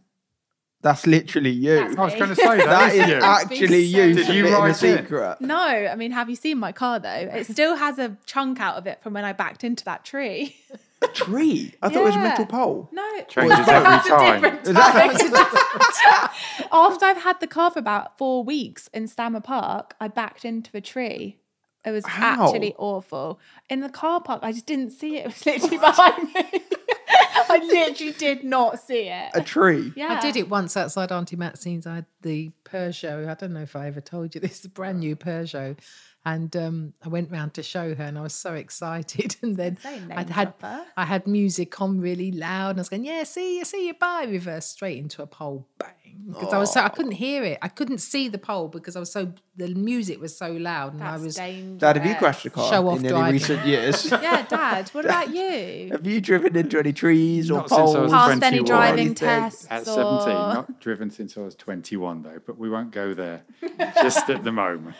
Speaker 3: That's literally you.
Speaker 4: Oh,
Speaker 1: I was going to say that,
Speaker 3: [LAUGHS] that is
Speaker 1: you.
Speaker 3: actually you.
Speaker 4: Did you
Speaker 3: submitting
Speaker 1: write
Speaker 3: a
Speaker 1: it?
Speaker 3: secret?
Speaker 2: No, I mean, have you seen my car though? It still has a chunk out of it from when I backed into that tree. [LAUGHS]
Speaker 3: A tree? I thought it was a
Speaker 2: Yeah.
Speaker 3: metal pole.
Speaker 2: No,
Speaker 1: Changes every
Speaker 2: that's
Speaker 1: time.
Speaker 2: a different
Speaker 3: Is
Speaker 2: time.
Speaker 3: that-
Speaker 2: [LAUGHS] After I've had the car for about four weeks in Stammer Park, I backed into a tree. It was
Speaker 3: How?
Speaker 2: actually awful. In the car park, I just didn't see it. It was literally behind me. [LAUGHS] I literally did not see it.
Speaker 3: a tree?
Speaker 2: Yeah,
Speaker 4: I did it once outside Auntie Maxine's. I had the Peugeot. I don't know if I ever told you this, [LAUGHS] the brand new Peugeot. And um, I went round to show her, and I was so excited. [LAUGHS] And then
Speaker 2: Say name
Speaker 4: I'd had
Speaker 2: dropper.
Speaker 4: I had music on really loud, and I was going, "Yeah, see you, see you, bye." Reverse straight into a pole, bang! Because I was so I couldn't hear it. I couldn't see the pole because I was so the music was so loud, and
Speaker 2: That's
Speaker 4: I was
Speaker 2: dangerous.
Speaker 3: Dad, have you crashed a car
Speaker 4: Show off
Speaker 3: in any
Speaker 4: driving. [LAUGHS]
Speaker 3: recent years?
Speaker 2: Yeah, Dad. What about
Speaker 3: [LAUGHS]
Speaker 2: you?
Speaker 3: have you driven into any trees or
Speaker 1: Not since I was
Speaker 3: poles?
Speaker 1: a
Speaker 2: Passed any
Speaker 1: 21.
Speaker 2: driving
Speaker 3: Anything.
Speaker 2: tests
Speaker 1: At 17,
Speaker 2: or-
Speaker 1: not driven since I was 21, though, but we won't go there just at the moment.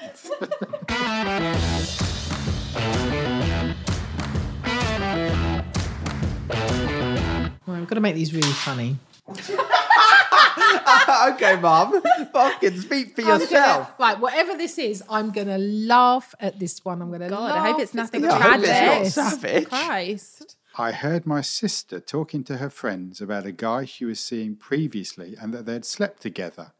Speaker 4: Well, I've got to make these really funny.
Speaker 3: okay, mum. [LAUGHS] Fucking speak for
Speaker 4: I'm gonna-
Speaker 3: yourself.
Speaker 4: right, whatever this is, I'm gonna laugh at this one. I'm gonna.
Speaker 2: God,
Speaker 4: laugh.
Speaker 2: I hope it's nothing
Speaker 3: Yeah, I hope it's not
Speaker 2: tragic.
Speaker 3: savage.
Speaker 2: Christ.
Speaker 1: I heard my sister talking to her friends about a guy she was seeing previously and that they'd slept together.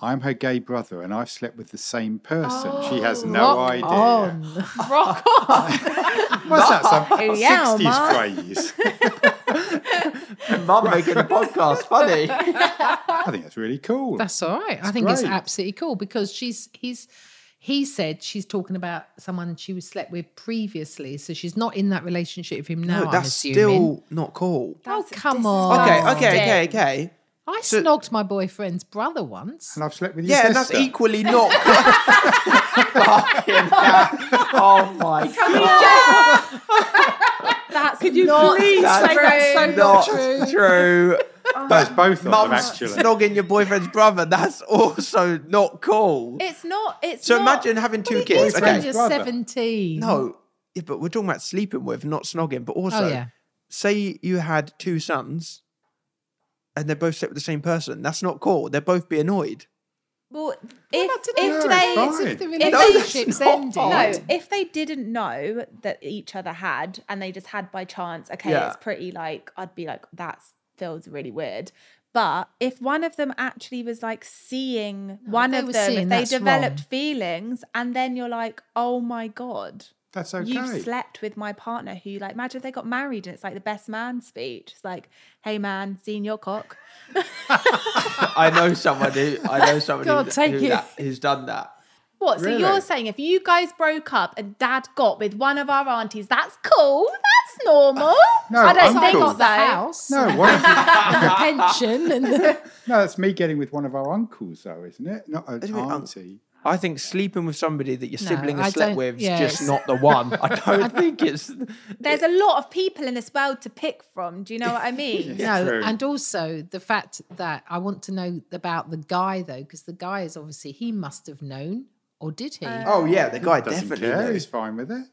Speaker 1: I'm her gay brother and I've slept with the same person. she has no
Speaker 4: rock
Speaker 1: idea.
Speaker 4: on.
Speaker 2: [LAUGHS] Rock on.
Speaker 1: What's that? Some
Speaker 2: Oh, yeah,
Speaker 1: 60s
Speaker 2: Mark.
Speaker 1: phrase.
Speaker 3: Mum making a
Speaker 2: [LAUGHS]
Speaker 3: podcast funny.
Speaker 1: I think that's really cool.
Speaker 4: That's all right. I think it's
Speaker 1: great.
Speaker 4: absolutely cool because she's he's he said she's talking about someone she was slept with previously, so she's not in that relationship with him now.
Speaker 3: no,
Speaker 4: I'm
Speaker 3: that's
Speaker 4: assuming.
Speaker 3: still not cool.
Speaker 4: Oh
Speaker 2: That's
Speaker 4: come on!
Speaker 3: Okay,
Speaker 2: Oh.
Speaker 3: okay, okay, okay.
Speaker 4: I
Speaker 3: So-
Speaker 4: snogged my boyfriend's brother once.
Speaker 1: and I've slept with your
Speaker 3: Yeah, and that's
Speaker 1: sister.
Speaker 3: equally not. cool. [LAUGHS] Fucking hell. oh my god!
Speaker 2: [LAUGHS] That's Could you not
Speaker 3: Please,
Speaker 2: true.
Speaker 3: that's not true.
Speaker 1: That's both of them,
Speaker 3: Mum's
Speaker 1: actually.
Speaker 3: snogging your boyfriend's brother. That's also not cool.
Speaker 2: It's not. It's
Speaker 3: So
Speaker 2: not-
Speaker 3: imagine having two
Speaker 4: He's
Speaker 3: kids.
Speaker 4: when
Speaker 3: Okay.
Speaker 4: you're
Speaker 1: Brother.
Speaker 4: seventeen.
Speaker 3: No, yeah, but we're talking about sleeping with, not snogging. But also,
Speaker 4: Mm-hmm. Oh yeah.
Speaker 3: say you had two sons and they both slept with the same person. That's not cool. They'd both be annoyed.
Speaker 2: Well,
Speaker 4: Well, I
Speaker 2: if,
Speaker 4: don't know.
Speaker 2: if
Speaker 1: Yeah,
Speaker 2: they.
Speaker 1: it's
Speaker 4: It's if the
Speaker 2: they-
Speaker 4: relationship's
Speaker 3: No,
Speaker 4: ended.
Speaker 3: that's not
Speaker 2: No,
Speaker 3: odd.
Speaker 2: if they didn't know that each other had, and they just had by chance, okay,
Speaker 3: Yeah.
Speaker 2: it's pretty like I'd be like, that feels really weird. But if one of them actually was like seeing one
Speaker 4: they
Speaker 2: of
Speaker 4: were
Speaker 2: them,
Speaker 4: seeing,
Speaker 2: if they
Speaker 4: that's
Speaker 2: developed
Speaker 4: wrong.
Speaker 2: feelings, and then you're like, oh my god,
Speaker 1: That's okay.
Speaker 2: You've slept with my partner who, like, imagine if they got married and it's like the best man speech. It's like, hey man, seen your cock.
Speaker 3: I know someone who I know someone
Speaker 4: God, [LAUGHS]
Speaker 3: who,
Speaker 4: take
Speaker 3: who
Speaker 4: it.
Speaker 3: that, who's done that.
Speaker 2: What? So
Speaker 1: Really?
Speaker 2: you're saying if you guys broke up and dad got with one of our aunties, that's cool. That's normal.
Speaker 1: [LAUGHS] No,
Speaker 2: I don't
Speaker 1: I'm
Speaker 2: think
Speaker 1: cool.
Speaker 2: so.
Speaker 4: got the house
Speaker 1: No, what is it?
Speaker 4: and the pension and
Speaker 3: [LAUGHS]
Speaker 4: the,
Speaker 1: no, that's me getting with one of our uncles, though, isn't it? Not an
Speaker 3: mean,
Speaker 1: auntie.
Speaker 3: I think sleeping with somebody that your
Speaker 4: No,
Speaker 3: sibling
Speaker 4: I
Speaker 3: has slept
Speaker 4: don't-
Speaker 3: with is
Speaker 4: yeah,
Speaker 3: just
Speaker 4: it's-
Speaker 3: not the
Speaker 4: [LAUGHS]
Speaker 3: one. I don't think it's.
Speaker 2: There's a lot of people in this world to pick from. Do you know what
Speaker 1: [LAUGHS]
Speaker 2: I mean?
Speaker 4: no,
Speaker 1: true.
Speaker 4: and also the fact that I want to know about the guy though, because the guy is obviously he must have known, or did he?
Speaker 1: Uh,
Speaker 3: Oh yeah, the guy
Speaker 1: Doesn't
Speaker 3: definitely.
Speaker 1: care.
Speaker 3: knows.
Speaker 1: He's fine with it.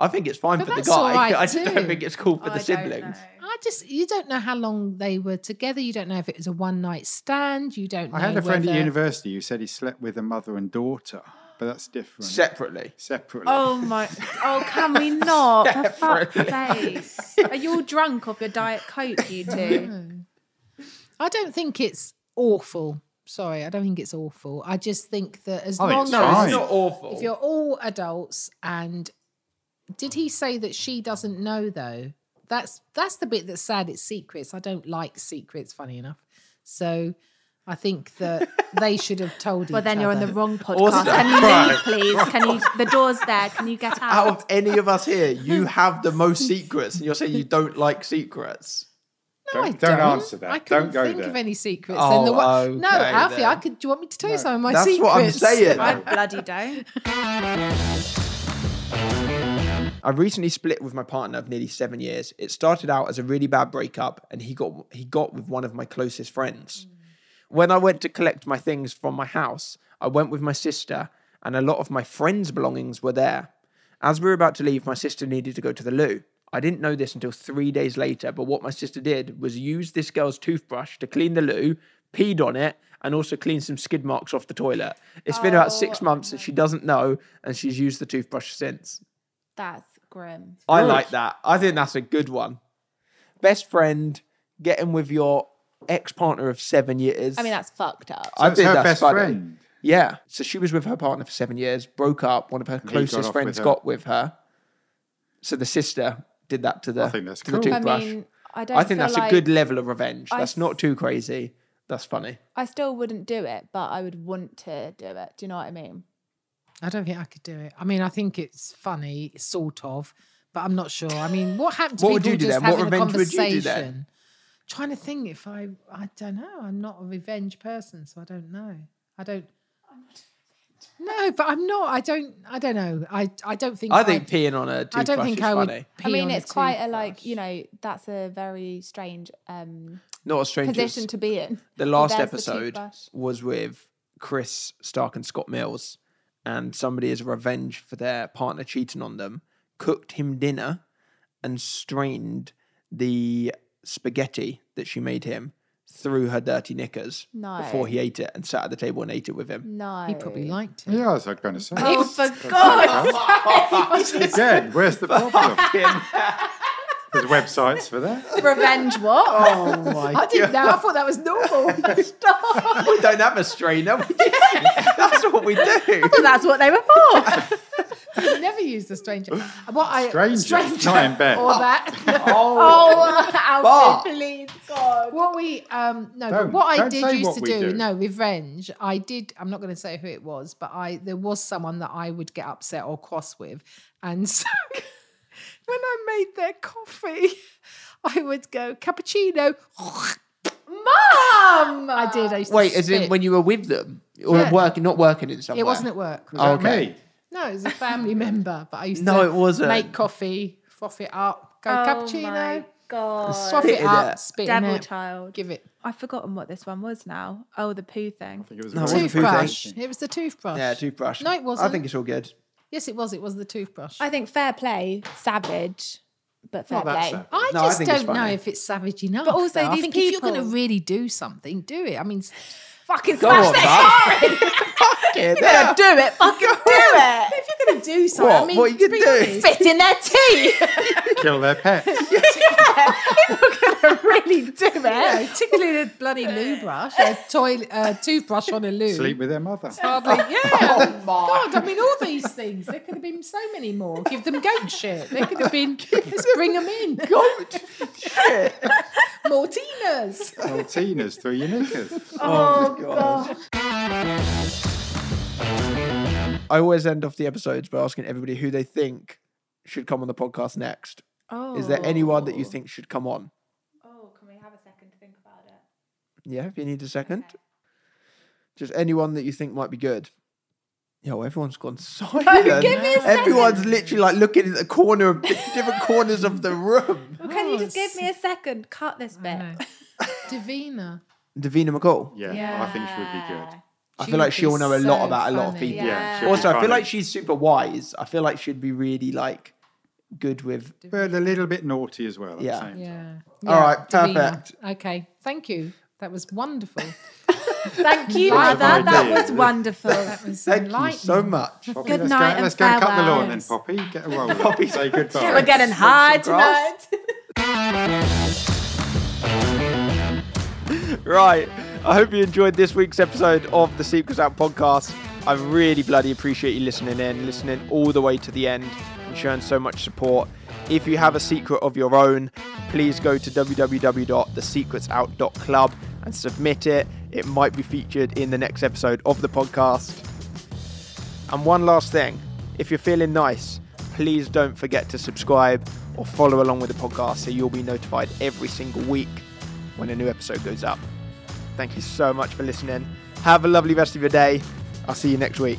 Speaker 3: I think it's fine
Speaker 4: But
Speaker 3: for the
Speaker 4: that's
Speaker 3: guy.
Speaker 4: all right
Speaker 3: [LAUGHS] I just don't
Speaker 4: too.
Speaker 3: think it's cool for
Speaker 2: I don't
Speaker 3: the siblings.
Speaker 2: know.
Speaker 4: I just you don't know how long they were together. You don't know if it was a one night stand. You don't.
Speaker 1: I
Speaker 4: know
Speaker 1: had a friend at
Speaker 4: whether-
Speaker 1: university who said he slept with a mother and daughter, but that's different.
Speaker 3: Separately.
Speaker 1: Separately.
Speaker 2: Oh my! Oh, can we not? For
Speaker 1: [LAUGHS]
Speaker 2: fuck's
Speaker 3: Definitely.
Speaker 2: sake! Are you all drunk off your diet coke,
Speaker 1: [LAUGHS]
Speaker 2: you two?
Speaker 4: I don't think it's awful. Sorry, I don't think it's awful. I just think that as
Speaker 1: I think
Speaker 4: long
Speaker 1: it's
Speaker 4: as
Speaker 3: No,
Speaker 1: Fine.
Speaker 3: it's not awful.
Speaker 4: if you're all adults and did he say that she doesn't know though? That's that's the bit that's sad. It's secrets. I don't like secrets. Funny enough, so I think that they should have
Speaker 2: [LAUGHS]
Speaker 4: told.
Speaker 2: Well,
Speaker 4: each
Speaker 2: then you're on
Speaker 4: other.
Speaker 2: the wrong podcast.
Speaker 3: Awesome.
Speaker 2: Can you leave, please? Can you? The door's there. Can you get out?
Speaker 3: Out of any of us here, you have the most secrets, and you're saying you don't like secrets.
Speaker 4: No, I
Speaker 1: Don't- don't answer that.
Speaker 4: I
Speaker 1: Don't
Speaker 4: couldn't
Speaker 1: go
Speaker 4: think
Speaker 1: there.
Speaker 4: of any secrets.
Speaker 3: Oh,
Speaker 4: and the one- no,
Speaker 3: okay
Speaker 4: Alfie, I
Speaker 3: then.
Speaker 4: could. Do you want me to tell you some of my
Speaker 3: That's
Speaker 4: secrets?
Speaker 3: what I'm saying.
Speaker 2: I bloody don't.
Speaker 3: I recently split with my partner of nearly seven years. It started out as a really bad breakup, and he got he got with one of my closest friends. When I went to collect my things from my house, I went with my sister, and a lot of my friends' belongings were there. As we were about to leave, my sister needed to go to the loo. I didn't know this until three days later, but what my sister did was use this girl's toothbrush to clean the loo, peed on it, and also cleaned some skid marks off the toilet. It's been about six months, and she doesn't know, and she's used the toothbrush since.
Speaker 2: That's grim.
Speaker 3: I like that. I think that's a good one. Best friend getting with your ex partner of seven years.
Speaker 2: I mean, that's fucked up.
Speaker 3: I
Speaker 1: That's her best
Speaker 3: funny.
Speaker 1: friend.
Speaker 3: Yeah. So she was with her partner for seven years, broke up. One of her
Speaker 1: got
Speaker 3: closest
Speaker 1: off with
Speaker 3: friends
Speaker 1: her.
Speaker 3: got with her. So the sister did that to the,
Speaker 1: think that's
Speaker 3: to the
Speaker 1: cool. I
Speaker 3: toothbrush.
Speaker 2: I mean, I don't.
Speaker 3: I think
Speaker 2: feel
Speaker 3: that's
Speaker 2: like
Speaker 3: a good level of revenge.
Speaker 2: I
Speaker 3: That's
Speaker 2: f-
Speaker 3: not too crazy. That's funny.
Speaker 2: I still wouldn't do it, but I would want to do it. Do you know what I mean?
Speaker 4: I don't think I could do it. I mean, I think it's funny, sort of, but I'm not sure. I
Speaker 3: [SIGHS]
Speaker 4: mean, what happened to
Speaker 3: What would
Speaker 4: people
Speaker 3: you do
Speaker 4: just
Speaker 3: then? What
Speaker 4: having a
Speaker 3: revenge would you do
Speaker 4: conversation?
Speaker 3: then?
Speaker 4: Trying to think if I, I don't know. I'm not a revenge person, so I don't know. I don't. No, but I'm not. I don't. I don't know. I. I don't think.
Speaker 3: I think peeing on a
Speaker 4: I
Speaker 3: toothbrush
Speaker 4: don't think
Speaker 3: is
Speaker 4: I would.
Speaker 3: funny.
Speaker 2: I
Speaker 4: pee
Speaker 2: mean,
Speaker 4: on
Speaker 2: it's quite a like
Speaker 4: toothbrush.
Speaker 2: you know. That's a very strange um,
Speaker 3: Not a strange
Speaker 2: position to be in.
Speaker 3: The last
Speaker 2: There's the
Speaker 3: episode
Speaker 2: toothbrush.
Speaker 3: was with Chris Stark and Scott Mills, and somebody as a revenge for their partner cheating on them, cooked him dinner and strained the spaghetti that she made him through her dirty knickers before
Speaker 2: No.
Speaker 3: he ate it and sat at the table and ate it with him.
Speaker 2: No,
Speaker 4: He probably liked it.
Speaker 1: Yeah, I was going to say.
Speaker 4: [LAUGHS]
Speaker 2: Oh, for
Speaker 3: [LAUGHS]
Speaker 2: God!
Speaker 3: Oh
Speaker 1: Again, where's the problem? [LAUGHS] There's websites for that.
Speaker 2: Revenge what?
Speaker 3: Oh my
Speaker 4: [LAUGHS] I didn't know. I thought that was
Speaker 3: [LAUGHS]
Speaker 4: normal. [LAUGHS]
Speaker 3: God. we don't have a strainer. We just- That's what we do.
Speaker 2: That's what they were for.
Speaker 4: You never used the stranger. What I
Speaker 1: Stranger, not in bed.
Speaker 4: or
Speaker 1: [LAUGHS]
Speaker 4: that.
Speaker 2: oh,
Speaker 4: [LAUGHS]
Speaker 3: But-
Speaker 2: Alfie, please, God.
Speaker 4: what we um no,
Speaker 1: Don't-
Speaker 4: but what I
Speaker 1: don't
Speaker 4: did
Speaker 1: say
Speaker 4: used
Speaker 1: what
Speaker 4: to
Speaker 1: we
Speaker 4: do,
Speaker 1: do.
Speaker 4: no revenge. I did. I'm not going to say who it was, but I there was someone that I would get upset or cross with, and [LAUGHS] so when I made their coffee, [LAUGHS] I would go cappuccino.
Speaker 2: Mum!
Speaker 4: I did. I used to
Speaker 3: Wait, as in
Speaker 4: spit.
Speaker 3: when you were with them or
Speaker 4: Yeah.
Speaker 3: working, not working in somewhere.
Speaker 4: it wasn't at work.
Speaker 3: Oh,
Speaker 1: Is that
Speaker 3: okay.
Speaker 1: Me.
Speaker 4: No, it was
Speaker 2: [LAUGHS]
Speaker 4: a family member, but I used
Speaker 3: No,
Speaker 4: to
Speaker 3: it wasn't.
Speaker 4: make coffee, froth it up, go cappuccino.
Speaker 2: Oh my [LAUGHS] God.
Speaker 4: Swap
Speaker 3: Spit
Speaker 4: it
Speaker 3: in
Speaker 4: up,
Speaker 3: it.
Speaker 4: spit in
Speaker 2: Devil
Speaker 4: it,
Speaker 2: child.
Speaker 4: give it
Speaker 2: I've forgotten what this one was now. Oh, the poo thing.
Speaker 1: I think it was
Speaker 3: No,
Speaker 1: a
Speaker 3: it wasn't
Speaker 1: website.
Speaker 3: food
Speaker 4: toothbrush. It was the toothbrush.
Speaker 3: Yeah, toothbrush.
Speaker 4: No, it
Speaker 3: I
Speaker 4: wasn't.
Speaker 3: think it's all good.
Speaker 4: yes, it was. It was the toothbrush.
Speaker 2: I think fair play, savage, but fair
Speaker 1: Not that
Speaker 2: play.
Speaker 1: savage.
Speaker 4: I
Speaker 3: No, I
Speaker 4: just
Speaker 3: think it's
Speaker 4: don't know
Speaker 3: funny.
Speaker 4: if it's savage enough.
Speaker 2: But also
Speaker 4: though. I
Speaker 2: these
Speaker 4: think if you're going to
Speaker 2: people-
Speaker 4: really do something, do it. I mean, s-
Speaker 2: Fucking
Speaker 3: Go
Speaker 2: smash
Speaker 3: on,
Speaker 2: that
Speaker 3: man.
Speaker 4: [LAUGHS]
Speaker 3: Fucking hell.
Speaker 2: Do it. Fucking do it.
Speaker 1: [LAUGHS]
Speaker 4: if you're going to do something,
Speaker 3: What?
Speaker 4: I mean,
Speaker 3: What you
Speaker 4: to be
Speaker 3: gonna
Speaker 4: [LAUGHS]
Speaker 3: do?
Speaker 4: honest,
Speaker 2: Spit in their tea.
Speaker 1: Kill their
Speaker 4: [LAUGHS]
Speaker 1: pets.
Speaker 2: [LAUGHS] really do it.
Speaker 4: yeah, particularly a bloody loo brush, a toilet, a toothbrush on a loo.
Speaker 1: Sleep with their mother.
Speaker 4: Hardly, yeah. Oh my God, I mean, all these things. There could have been so many more. Give them goat shit. There could have been. Let's bring them in. Goat [LAUGHS] shit. Maltinas. [LAUGHS]
Speaker 1: Maltinas through your knickers.
Speaker 2: Oh, God.
Speaker 3: I always end off the episodes by asking everybody who they think should come on the podcast next.
Speaker 2: Oh.
Speaker 3: Is there anyone that you think should come on?
Speaker 2: Oh, can we have a second to think about it?
Speaker 3: Yeah, if you need a second. Just anyone that you think might be good. Yo, everyone's gone [LAUGHS] silent.
Speaker 2: give me a second.
Speaker 3: everyone's literally like looking at the corner of different corners of
Speaker 2: [LAUGHS]
Speaker 3: the room.
Speaker 2: Well, can you just give me a second? Cut this bit.
Speaker 4: No. Davina.
Speaker 3: Davina McCall.
Speaker 1: Yeah, I think she would be good.
Speaker 3: I
Speaker 4: She
Speaker 3: feel like
Speaker 4: would be
Speaker 3: she'll know a lot
Speaker 4: so
Speaker 3: about a lot of
Speaker 4: funny.
Speaker 3: people.
Speaker 1: Yeah.
Speaker 2: Yeah.
Speaker 1: she'll be
Speaker 3: Also, I
Speaker 1: funny.
Speaker 3: feel like she's super wise. I feel like she'd be really like good with.
Speaker 1: But a little bit naughty as well. At
Speaker 3: Yeah.
Speaker 1: The same Time.
Speaker 4: Yeah.
Speaker 3: All right,
Speaker 4: Davina.
Speaker 3: perfect.
Speaker 4: Okay. Thank you. That was wonderful.
Speaker 2: [LAUGHS] Thank
Speaker 1: [LAUGHS]
Speaker 2: you,
Speaker 1: Lots of
Speaker 2: Mother. That
Speaker 1: ideas.
Speaker 2: was wonderful.
Speaker 4: That was
Speaker 3: Thank you
Speaker 4: enlightening.
Speaker 3: so much.
Speaker 1: Poppy,
Speaker 2: Good
Speaker 1: let's
Speaker 2: night
Speaker 1: Go,
Speaker 2: and
Speaker 1: let's go and cut the lawn then,
Speaker 2: farewells.
Speaker 1: Poppy. Get a roll. Poppy, say goodbye.
Speaker 2: We're getting high tonight.
Speaker 3: grass. Right. I hope you enjoyed this week's episode of the Secrets Out podcast. I really bloody appreciate you listening in, listening all the way to the end, and showing so much support. If you have a secret of your own, please go to www.thesecretsout.club and submit it. It might be featured in the next episode of the podcast. And one last thing if you're feeling nice, please don't forget to subscribe or follow along with the podcast so you'll be notified every single week when a new episode goes up. Thank you so much for listening. Have a lovely rest of your day. I'll see you next week.